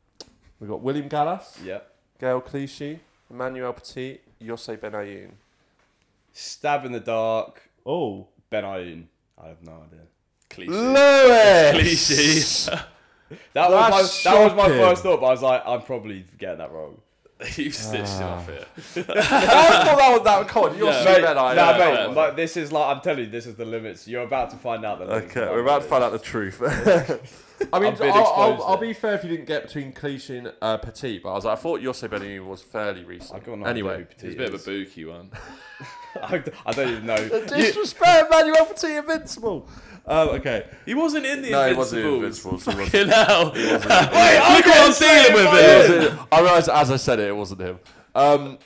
Speaker 1: We've got William Gallas,
Speaker 3: Yep.
Speaker 1: Gail Clichy, Emmanuel Petit, Yossi Ben Ayoun.
Speaker 3: Stab in the dark.
Speaker 1: Oh.
Speaker 3: Ben Ayoun. I have no idea.
Speaker 2: Cliche.
Speaker 1: Lewis!
Speaker 2: Cliche.
Speaker 3: That
Speaker 1: That's
Speaker 3: was my, that was my
Speaker 1: shocking.
Speaker 3: first thought, but I was like, I'm probably getting that wrong.
Speaker 2: You've stitched him up here.
Speaker 1: Ah. I thought that was that cod. You're
Speaker 2: Yeah.
Speaker 1: yeah.
Speaker 3: Mate,
Speaker 1: Ben Ayoun.
Speaker 3: nah,
Speaker 2: yeah,
Speaker 3: mate,
Speaker 2: yeah.
Speaker 3: but this is like I'm telling you, this is the limits. You're about to find out the limits.
Speaker 1: Okay, we're about to find out the truth. I mean, I'll,
Speaker 3: I've been
Speaker 1: I'll,
Speaker 3: exposed
Speaker 1: I'll
Speaker 3: there.
Speaker 1: be fair if you didn't get between Clichy and uh, Petit, but I was like, I thought Jose Benigni was fairly recent.
Speaker 3: I've got no
Speaker 1: anyway,
Speaker 3: idea who
Speaker 2: It's a
Speaker 3: Petit
Speaker 2: bit of a
Speaker 3: is.
Speaker 2: booky one.
Speaker 3: I d- I don't even know.
Speaker 1: disrespect Manuel Petit, invincible. Um,
Speaker 3: Oh,
Speaker 1: okay,
Speaker 2: He wasn't in the
Speaker 1: no, he
Speaker 2: Invincibles.
Speaker 1: wasn't invincible. so he wasn't-
Speaker 2: Fucking hell. Wait,
Speaker 3: I'm
Speaker 2: look what
Speaker 3: getting
Speaker 2: I'm dealing
Speaker 3: slated
Speaker 2: with
Speaker 3: by
Speaker 1: It
Speaker 2: here.
Speaker 1: wasn't- I realised as I said it, it wasn't him. Um,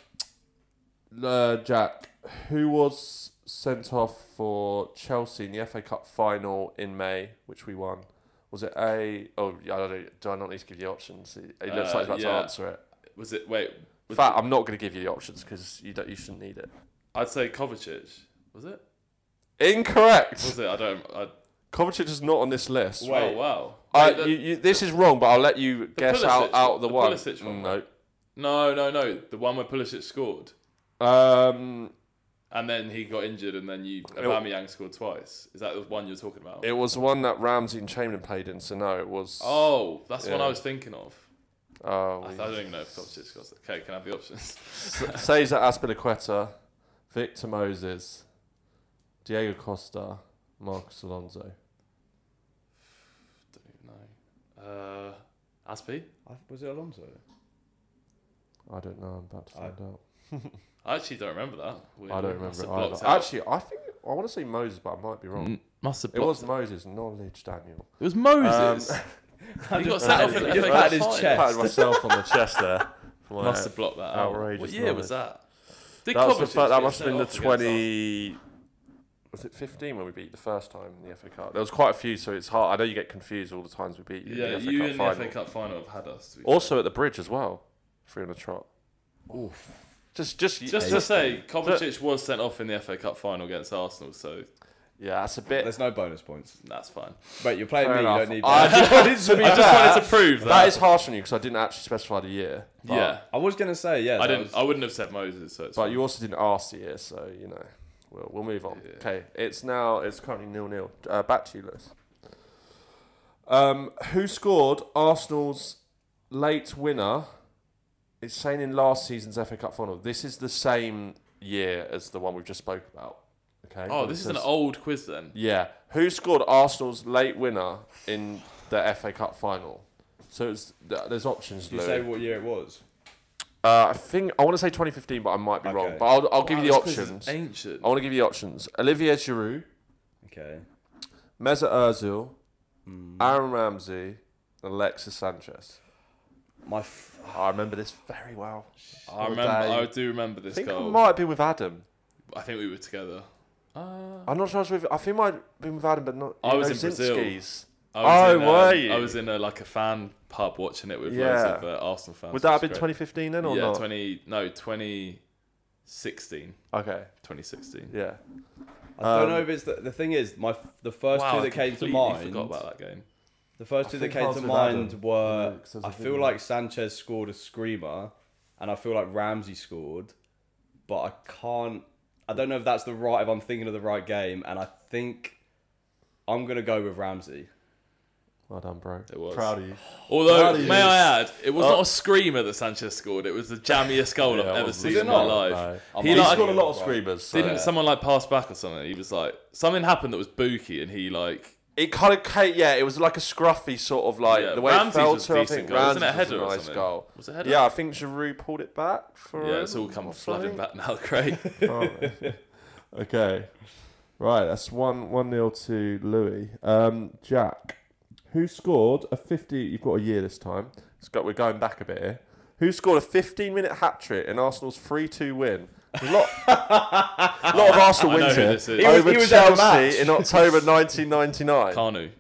Speaker 1: uh, Jack, who was sent off for Chelsea in the FA Cup final in May, which we won? Was it A? Oh, yeah, I don't know. Do I not need to give you the options? It it looks
Speaker 2: Uh,
Speaker 1: like he's about
Speaker 2: yeah.
Speaker 1: to answer it.
Speaker 2: Was it, wait,
Speaker 1: In
Speaker 2: was
Speaker 1: fact, I'm not going to give you the options because you don't. You shouldn't need it.
Speaker 2: I'd say Kovacic. Was it?
Speaker 1: Incorrect.
Speaker 2: Was it? I don't. I,
Speaker 1: Kovacic is not on this list.
Speaker 3: Wait,
Speaker 2: oh wow.
Speaker 1: Uh,
Speaker 2: Wait, the-
Speaker 1: you, you, this is wrong, but I'll let you guess out,
Speaker 2: Pulisic
Speaker 1: out
Speaker 2: one-
Speaker 1: the,
Speaker 2: the
Speaker 1: one.
Speaker 2: Pulisic one,
Speaker 1: no.
Speaker 2: no, no, no. The one where Pulisic scored,
Speaker 1: Um,
Speaker 2: and then he got injured, and then you Aubameyang scored twice. Is that the one you're talking about?
Speaker 1: it was one that Ramsey and Chamberlain played in, so no, it was.
Speaker 2: oh, that's the one
Speaker 1: Yeah.
Speaker 2: I was thinking of.
Speaker 1: Oh, we-
Speaker 2: I, th- I don't even know if Kovacic scores. Okay, can I have the options?
Speaker 1: Cesar Aspilicueta, Victor Moses, Diego Costa, Marcus Alonso.
Speaker 2: don't even know. Uh, Aspie.
Speaker 3: I- Was it Alonso?
Speaker 1: I don't know. I'm about to
Speaker 3: I-
Speaker 1: find out.
Speaker 2: I actually don't remember that. We-
Speaker 1: I don't
Speaker 2: we
Speaker 1: remember.
Speaker 2: must have
Speaker 1: it
Speaker 2: blocked
Speaker 1: Either.
Speaker 2: out- Mm,
Speaker 1: Actually, I think I want to say Moses, but I might be wrong.
Speaker 2: must have
Speaker 1: It
Speaker 2: blocked-
Speaker 1: was Um, Moses, knowledge, Daniel.
Speaker 2: It was Moses. you got sat off in the
Speaker 3: Just
Speaker 2: FA
Speaker 3: pat
Speaker 2: Cup
Speaker 3: his
Speaker 2: final.
Speaker 3: chest.
Speaker 1: Patted myself on the chest there. for my-
Speaker 2: Must have blocked that out.
Speaker 1: Outrageous
Speaker 2: What year was that? Did
Speaker 1: that was the
Speaker 2: Kovacic
Speaker 1: fir- that
Speaker 2: get
Speaker 1: must have
Speaker 2: sent
Speaker 1: been the
Speaker 2: off against us?
Speaker 1: twenty. Was it fifteen when we beat the first time in the FA Cup? There was quite a few, so it's hard. I know you get confused all the times we beat you.
Speaker 2: Yeah,
Speaker 1: in the FA
Speaker 2: you
Speaker 1: Cup
Speaker 2: in
Speaker 1: final.
Speaker 2: the FA Cup final have had us. to be
Speaker 1: Also at the bridge as well, three on a trot. Just, just,
Speaker 2: fair. Just to say, Kovacic was sent off in the FA Cup final against Arsenal, so
Speaker 1: yeah, that's a bit.
Speaker 3: There's no bonus points.
Speaker 2: that's fine.
Speaker 3: Wait, you're playing
Speaker 1: Fair
Speaker 3: me.
Speaker 1: enough.
Speaker 3: You don't need.
Speaker 1: I,
Speaker 3: bonus.
Speaker 1: just, to be
Speaker 2: I just
Speaker 1: fair,
Speaker 2: wanted to prove that.
Speaker 1: that is harsh on you because I didn't actually specify the year. But,
Speaker 2: yeah,
Speaker 3: I was gonna say
Speaker 2: I
Speaker 3: yeah. that
Speaker 2: didn't.
Speaker 3: was-
Speaker 2: I wouldn't have said Moses. So it's
Speaker 1: but
Speaker 2: fine.
Speaker 1: you also didn't ask the year, so you know, we'll we'll move on.
Speaker 2: Yeah.
Speaker 1: Okay, it's now it's currently nil nil. Uh, back to you, Lewis. Um, who scored Arsenal's late winner? It's saying in last season's FA Cup final. This is the same year as the one we've just spoke about. Okay.
Speaker 2: oh,
Speaker 1: It
Speaker 2: this is an
Speaker 1: says-
Speaker 2: old quiz then.
Speaker 1: Yeah. Who scored Arsenal's late winner in the FA Cup final? So it's, th- there's options,
Speaker 3: Did you
Speaker 1: Lou.
Speaker 3: say what year it was?
Speaker 1: uh, I think I want to say 2015, but I might be wrong.
Speaker 3: Okay.
Speaker 1: But I'll, I'll give you the
Speaker 2: Wow, this quiz is
Speaker 1: options. Oh.
Speaker 2: Ancient.
Speaker 1: I want to give you the options: Olivier Giroud,
Speaker 3: Okay.
Speaker 1: Mesut Ozil,
Speaker 2: Hmm.
Speaker 1: Aaron Ramsey, and Alexis Sanchez.
Speaker 3: My f-
Speaker 1: I remember this very well.
Speaker 2: I
Speaker 1: Or
Speaker 2: remember.
Speaker 1: Dave.
Speaker 2: I do remember
Speaker 1: I
Speaker 2: this
Speaker 1: think
Speaker 2: goal.
Speaker 1: I might have been with Adam.
Speaker 2: I think we were together. Uh,
Speaker 1: I'm not sure I was with. I think I might have been with Adam, but not.
Speaker 2: I was in Brazil.
Speaker 1: Brzezinski's.
Speaker 2: I was
Speaker 1: Oh,
Speaker 2: in,
Speaker 1: were
Speaker 2: um,
Speaker 1: you?
Speaker 2: I was in a, like a fan pub watching it with
Speaker 1: Yeah.
Speaker 2: loads of uh, Arsenal fans.
Speaker 1: Would that have been
Speaker 2: which was
Speaker 1: 2015 then,
Speaker 2: great.
Speaker 1: or
Speaker 2: Yeah,
Speaker 1: not?
Speaker 2: twenty. No, 2016.
Speaker 1: Okay.
Speaker 2: 2016.
Speaker 1: Yeah.
Speaker 3: I
Speaker 1: Um,
Speaker 3: don't know if it's the, the thing is my f- the first
Speaker 2: wow,
Speaker 3: two
Speaker 2: I
Speaker 3: that came to
Speaker 2: completely
Speaker 3: mind.
Speaker 2: Forgot about that game.
Speaker 3: The first
Speaker 1: I
Speaker 3: two that
Speaker 1: think I
Speaker 3: came
Speaker 1: was
Speaker 3: to
Speaker 1: with
Speaker 3: mind
Speaker 1: Adam.
Speaker 3: were
Speaker 1: Yeah, 'cause there's a
Speaker 3: I
Speaker 1: video.
Speaker 3: feel like Sanchez scored a screamer, and I feel like Ramsey scored, but I can't. I don't know if that's the right. If I'm thinking of the right game, and I think I'm gonna go with Ramsey.
Speaker 1: Well done, bro.
Speaker 2: It was.
Speaker 1: Proud of you.
Speaker 2: Although,
Speaker 1: Bloody
Speaker 2: may
Speaker 1: hell. Uh,
Speaker 2: I add, it was not a screamer that Sanchez scored. It was the jammiest goal
Speaker 1: Yeah,
Speaker 2: I've ever
Speaker 1: was
Speaker 2: seen
Speaker 3: it
Speaker 2: in my
Speaker 3: not?
Speaker 2: life.
Speaker 1: No.
Speaker 2: He,
Speaker 1: He
Speaker 2: like,
Speaker 1: scored a lot of
Speaker 3: Right.
Speaker 1: screamers. so-
Speaker 2: didn't
Speaker 1: Yeah.
Speaker 2: someone like pass back or something? He was like something happened that was booky, and he like
Speaker 1: It kind of came, yeah. It was like a scruffy sort of like
Speaker 2: Yeah,
Speaker 1: the way
Speaker 2: Ramsey's
Speaker 1: it fell
Speaker 2: was
Speaker 1: to. I
Speaker 2: decent
Speaker 1: think
Speaker 2: goal. Wasn't it a
Speaker 1: Ramsey's was
Speaker 2: header or
Speaker 1: a nice
Speaker 2: something?
Speaker 1: goal.
Speaker 2: Was it a header?
Speaker 1: Yeah, I think Giroud pulled it back for.
Speaker 2: yeah, it's
Speaker 1: him
Speaker 2: all come
Speaker 1: or
Speaker 2: flooding
Speaker 1: something.
Speaker 2: back now. Great.
Speaker 1: Oh, okay, right. That's one one nil to Louis. Um, Jack, who scored a fifty? You've got a year this time. It's got, we're going back a bit here. Who scored a fifteen-minute hat trick in Arsenal's three-two win A lot, a lot of Arsenal
Speaker 2: I know
Speaker 1: wins
Speaker 2: who
Speaker 1: here.
Speaker 2: this is. He
Speaker 3: was-
Speaker 1: Over
Speaker 3: he was at the match.
Speaker 1: Chelsea in October 1999.
Speaker 2: Kanu.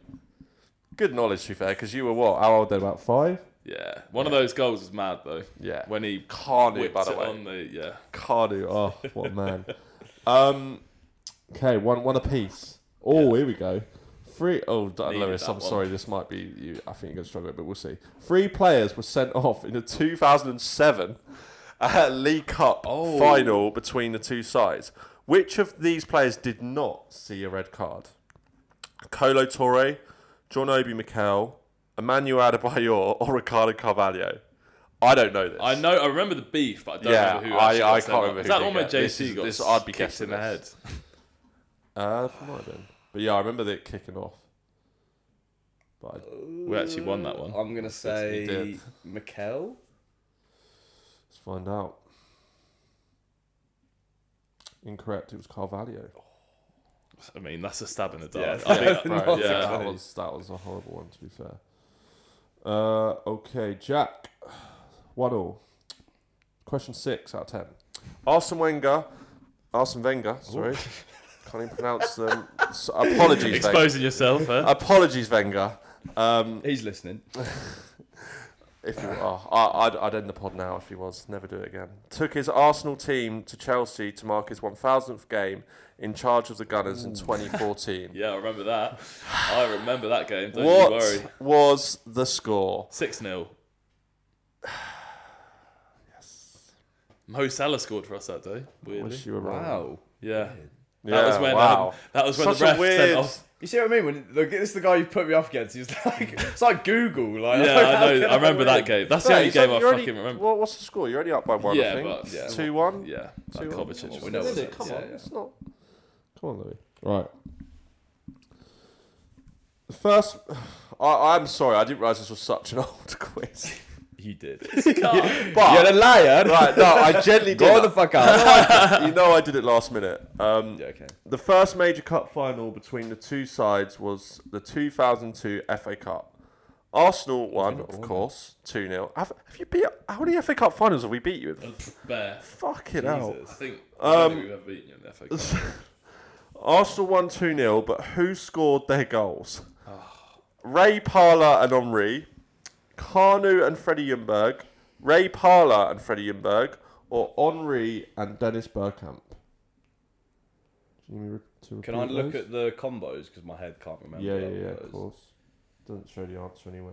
Speaker 1: Good knowledge, to be fair, because you were what? How old then? About five?
Speaker 2: Yeah. One of those goals was mad though.
Speaker 1: Yeah.
Speaker 2: When he
Speaker 1: Carnu,
Speaker 2: whipped
Speaker 1: by the
Speaker 2: it
Speaker 1: way.
Speaker 2: on the yeah.
Speaker 1: Cardu. Oh, what a man. um, okay, one one apiece. Oh, here we go. Three oh D-
Speaker 2: Needed
Speaker 1: Lewis,
Speaker 2: that
Speaker 1: I'm
Speaker 2: one.
Speaker 1: sorry. This might be you. I think you're gonna struggle, but we'll see. Three players were sent off in the 2007 uh, League Cup
Speaker 2: Oh.
Speaker 1: final between the two sides. Which of these players did not see a red card? Colo Torre, John Obi Mikel, Emmanuel Adebayor, or Ricardo Carvalho? I don't know this.
Speaker 2: I know. I remember the beef, but I don't
Speaker 1: Yeah,
Speaker 2: remember who.
Speaker 1: I-
Speaker 2: actually
Speaker 1: I can't
Speaker 2: got sent off.
Speaker 1: remember who
Speaker 2: Is that
Speaker 1: did
Speaker 2: the one where
Speaker 1: get- this
Speaker 2: JC
Speaker 1: is-
Speaker 2: got
Speaker 1: this- I'd be
Speaker 2: kicked
Speaker 1: guessing
Speaker 2: in the head?
Speaker 1: this. Uh, that might have been. But yeah, I remember it kicking off. But I-
Speaker 2: We actually won that one.
Speaker 3: I'm gonna
Speaker 1: he
Speaker 3: say
Speaker 1: did.
Speaker 3: Mikel.
Speaker 1: let's find out. Incorrect. It was Carvalho.
Speaker 2: I mean, that's a stab in the
Speaker 3: Yeah,
Speaker 2: dark. I think-
Speaker 3: that's not
Speaker 1: yeah,
Speaker 2: a
Speaker 1: that was that was a horrible one. To be fair. Uh, okay, Jack. One all. Question six out of ten. Arsene Wenger. Arsene Wenger. Sorry, can't even pronounce them. So, apologies, Wenger.
Speaker 2: Exposing yourself, huh?
Speaker 1: Apologies, Wenger. Um,
Speaker 3: He's listening.
Speaker 1: If you, oh, I, I'd, I'd end the pod now if he was. Never do it again. Took his Arsenal team to Chelsea to mark his 1,000th game in charge of the Gunners in 2014.
Speaker 2: Yeah, I remember that. I remember that game. Don't you worry.
Speaker 1: what was the score?
Speaker 2: Six 0 Mo Salah scored for us that day. Weirdly.
Speaker 1: Wish you were wrong.
Speaker 3: Wow.
Speaker 2: Yeah.
Speaker 1: Yeah,
Speaker 2: That was when. um,
Speaker 1: wow.
Speaker 2: that was when
Speaker 1: Such
Speaker 2: the
Speaker 1: a
Speaker 2: ref "Oh,
Speaker 1: weird-
Speaker 2: sent off.
Speaker 3: You see what I mean? When look, this is the guy you put me off against. He's like, it's like Google. Like,
Speaker 2: Yeah,
Speaker 3: like, how
Speaker 2: I know.
Speaker 3: can
Speaker 2: I remember
Speaker 3: win?
Speaker 2: that game. That's the
Speaker 1: Mate,
Speaker 2: only
Speaker 1: it's
Speaker 2: game I
Speaker 1: like
Speaker 2: fucking
Speaker 1: you're only-
Speaker 2: remember.
Speaker 1: What, what's the score? You're already up by one,
Speaker 2: Yeah,
Speaker 1: I think.
Speaker 2: but- yeah.
Speaker 1: 2 1?
Speaker 2: Yeah, that
Speaker 1: Two-
Speaker 2: Kovacic.
Speaker 3: Oh,
Speaker 2: was
Speaker 3: we know
Speaker 2: upset.
Speaker 3: it's-
Speaker 1: Come
Speaker 3: yeah,
Speaker 1: on,
Speaker 3: yeah.
Speaker 1: it's not. Come on, Louis. Right. The First, I, I'm sorry, I didn't realize this was such an old quiz.
Speaker 3: You did.
Speaker 2: Can't.
Speaker 1: But
Speaker 3: You're a liar.
Speaker 1: right, no, I gently did.
Speaker 3: Go
Speaker 1: that.
Speaker 3: the fuck out.
Speaker 1: you know I did it last minute. Um,
Speaker 3: yeah, okay.
Speaker 1: The first major cup final between the two sides was the 2002 FA Cup. Arsenal won, of course, 2 0. Have, have you beat. How many FA Cup finals have we beat you
Speaker 3: Oh,
Speaker 1: in?
Speaker 2: Bear.
Speaker 1: Fucking hell.
Speaker 2: I think. I don't
Speaker 1: Um,
Speaker 2: think we've ever beaten you in the FA Cup.
Speaker 1: Arsenal won 2 0, but who scored their goals?
Speaker 3: Oh.
Speaker 1: Ray Parler and Omri, Kanu and Freddie Jumberg, Ray Parler and Freddie Jumberg, or Henri and Dennis Burkamp? Do you need me to
Speaker 3: Can I
Speaker 1: repeat
Speaker 3: look
Speaker 1: those?
Speaker 3: at the combos because my head can't remember?
Speaker 1: Yeah,
Speaker 3: that
Speaker 1: yeah, yeah,
Speaker 3: was.
Speaker 1: of course. Doesn't show the answer anyway.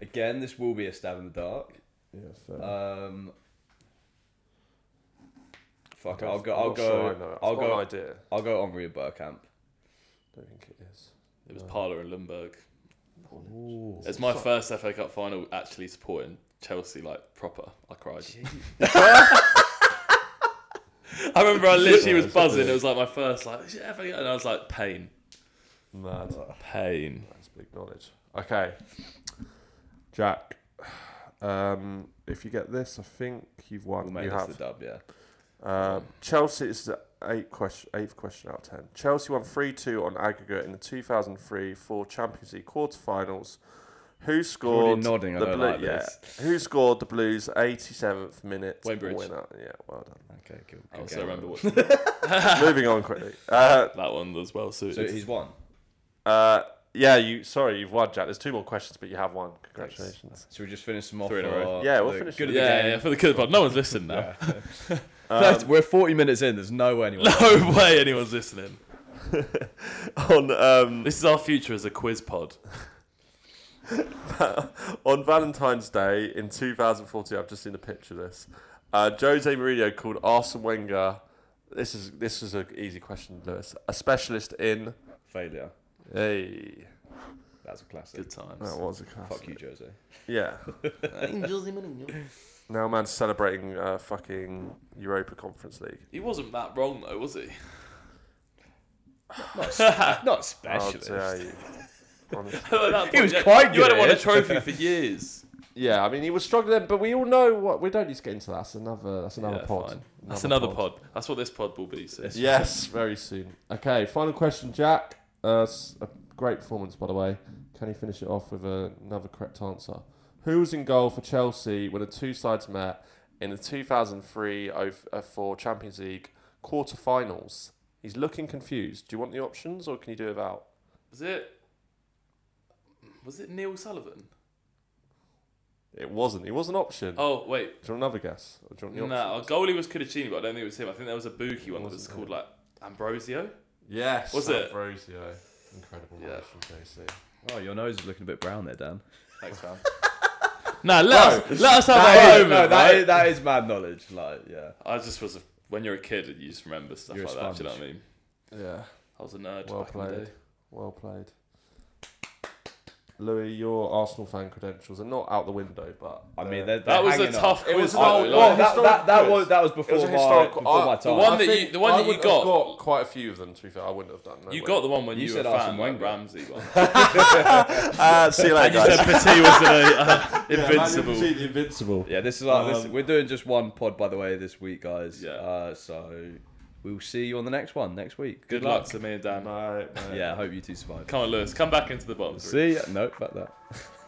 Speaker 3: Again, this will be a stab in the dark.
Speaker 1: Yeah, fair.
Speaker 3: Um, fuck,
Speaker 1: I'm
Speaker 3: I'll go.
Speaker 1: not
Speaker 3: I'll go.
Speaker 1: sure I know. I've
Speaker 3: I'll
Speaker 1: got an
Speaker 3: go.
Speaker 1: idea.
Speaker 3: I'll go Omri and Burkamp.
Speaker 1: Don't think it is.
Speaker 2: It was Parler and Lundberg. It's my first FA Cup final actually supporting Chelsea like proper. I cried. I remember I literally was buzzing. It was like my first like yeah, FA Cup, and I was like pain,
Speaker 1: Mad.
Speaker 3: Uh.
Speaker 2: pain.
Speaker 1: That's big knowledge. Okay, Jack. Um, if you get this, I think you've won.
Speaker 3: We'll make
Speaker 1: you
Speaker 3: this
Speaker 1: have.
Speaker 3: the dub. Yeah.
Speaker 1: Um, Chelsea is the eight question, eighth question out of ten. Chelsea won 3 2 on aggregate in the 2003 4 Champions League quarterfinals. Who scored
Speaker 3: nodding, I
Speaker 1: the
Speaker 3: don't
Speaker 1: Blue-
Speaker 3: like this.
Speaker 1: yeah. Who scored the Blues 87th minute
Speaker 2: Weybridge.
Speaker 1: winner? Yeah, well done.
Speaker 3: Okay. Cool.
Speaker 2: I
Speaker 3: good
Speaker 2: also
Speaker 3: game.
Speaker 2: remember watching that
Speaker 1: Moving on quickly. Uh,
Speaker 2: one as well. So,
Speaker 3: So he's won.
Speaker 1: uh, yeah, you. Sorry, you've won, Jack. There's two more questions, but you have one. Congratulations.
Speaker 3: So we just finished them off.
Speaker 2: Three in a row.
Speaker 3: for
Speaker 1: Yeah, we'll
Speaker 3: the
Speaker 1: finish
Speaker 3: Good of the
Speaker 2: yeah,
Speaker 3: game.
Speaker 2: yeah, for the kid pod. No one's listening now.
Speaker 1: Um,
Speaker 3: That's- We're 40 minutes in. There's no way anyone.
Speaker 2: No way anyone's listening.
Speaker 1: on um,
Speaker 2: This is our future as a quiz pod.
Speaker 1: on Valentine's Day in 2014, I've just seen a picture of this. Uh, Jose Mourinho called Arsene Wenger. This is this is an easy question, Lewis. A specialist in
Speaker 3: Failure.
Speaker 1: hey,
Speaker 3: That's a classic.
Speaker 2: Good times.
Speaker 1: that was a classic.
Speaker 3: Fuck you, Jose.
Speaker 1: Yeah. Now, man's celebrating uh, fucking Europa Conference League.
Speaker 2: He wasn't that wrong though, was he?
Speaker 3: Not
Speaker 1: How
Speaker 3: specialist.
Speaker 1: dare you. Honestly.
Speaker 2: he
Speaker 3: was quite
Speaker 2: You hadn't won a
Speaker 3: good.
Speaker 2: trophy for years.
Speaker 1: Yeah, I mean, he was struggling, but we all know what. We don't need to get into that. That's another. That's another
Speaker 2: Yeah,
Speaker 1: pod.
Speaker 2: fine. That's another pod. That's what this pod will be. So.
Speaker 1: Yes, very soon. Okay, final question, Jack. Uh, s- a great performance, by the way. Can you finish it off with another correct answer? Who was in goal for Chelsea when the two sides met in the 2003-04 Champions League quarterfinals. He's looking confused. Do you want the options or can you do it without?
Speaker 2: Was it? Was it Neil Sullivan?
Speaker 1: It wasn't. It was an option.
Speaker 2: Oh wait,
Speaker 1: Do you want another guess? Or do you want the
Speaker 2: no.
Speaker 1: option?
Speaker 2: Our goalie was Cudicini, but I don't think it was him. I think there was a Buki one that was
Speaker 1: wasn't
Speaker 2: called like Ambrosio.
Speaker 1: Yes.
Speaker 2: Was it?
Speaker 1: Ambrosio. Incredible
Speaker 2: Yeah.
Speaker 1: yeah. from JC.
Speaker 3: Oh, your nose is looking a bit brown there, Dan.
Speaker 2: Thanks, man. no, let us let us have
Speaker 3: That
Speaker 2: our
Speaker 3: is-
Speaker 2: moment.
Speaker 3: no, that,
Speaker 2: right?
Speaker 3: is, that is mad knowledge. Like, yeah.
Speaker 2: I just was a, when you're a kid, you just remember stuff
Speaker 3: You're a
Speaker 2: like that. Do you know what
Speaker 3: sponge.
Speaker 2: I mean?
Speaker 1: Yeah.
Speaker 2: I was a nerd.
Speaker 1: Well
Speaker 2: back in the
Speaker 1: played.
Speaker 2: day.
Speaker 1: Well played. Louis, your Arsenal fan credentials are not out the window, but
Speaker 3: I
Speaker 1: they're-
Speaker 3: mean, they're, they're
Speaker 2: That was a
Speaker 3: hanging on.
Speaker 2: tough
Speaker 1: It
Speaker 2: quiz.
Speaker 1: was
Speaker 2: though,
Speaker 1: about-
Speaker 2: like-
Speaker 1: well,
Speaker 3: Well, that, that, that
Speaker 1: historic
Speaker 3: was that was
Speaker 1: was a
Speaker 3: before my
Speaker 1: historical-
Speaker 3: before my
Speaker 1: I- the
Speaker 3: time.
Speaker 2: one-
Speaker 1: I
Speaker 2: that
Speaker 1: think
Speaker 2: you- uh, the one
Speaker 1: I
Speaker 2: that you
Speaker 1: wouldn't
Speaker 2: got-
Speaker 1: have got quite a few of them. To be fair, I wouldn't have done. No
Speaker 2: You
Speaker 1: way.
Speaker 2: got the one when
Speaker 3: You
Speaker 2: you,
Speaker 3: said
Speaker 2: were a fan,
Speaker 3: Arsene
Speaker 2: like
Speaker 3: Wenger.
Speaker 2: Ramsey one.
Speaker 1: Uh, see you later,
Speaker 2: and you said Petit was an, uh, invincible.
Speaker 1: the invincible.
Speaker 3: Yeah, this is like this.
Speaker 1: Um,
Speaker 3: We're doing just one pod, by the way, this week, guys.
Speaker 2: Yeah.
Speaker 3: Uh, so we'll see you on the next one next week.
Speaker 2: Good luck to me and Dan.
Speaker 1: Mate, mate.
Speaker 3: Yeah, I hope you two survive.
Speaker 2: Come on, Lewis. Come back into the box.
Speaker 3: See ya. Nope, about that.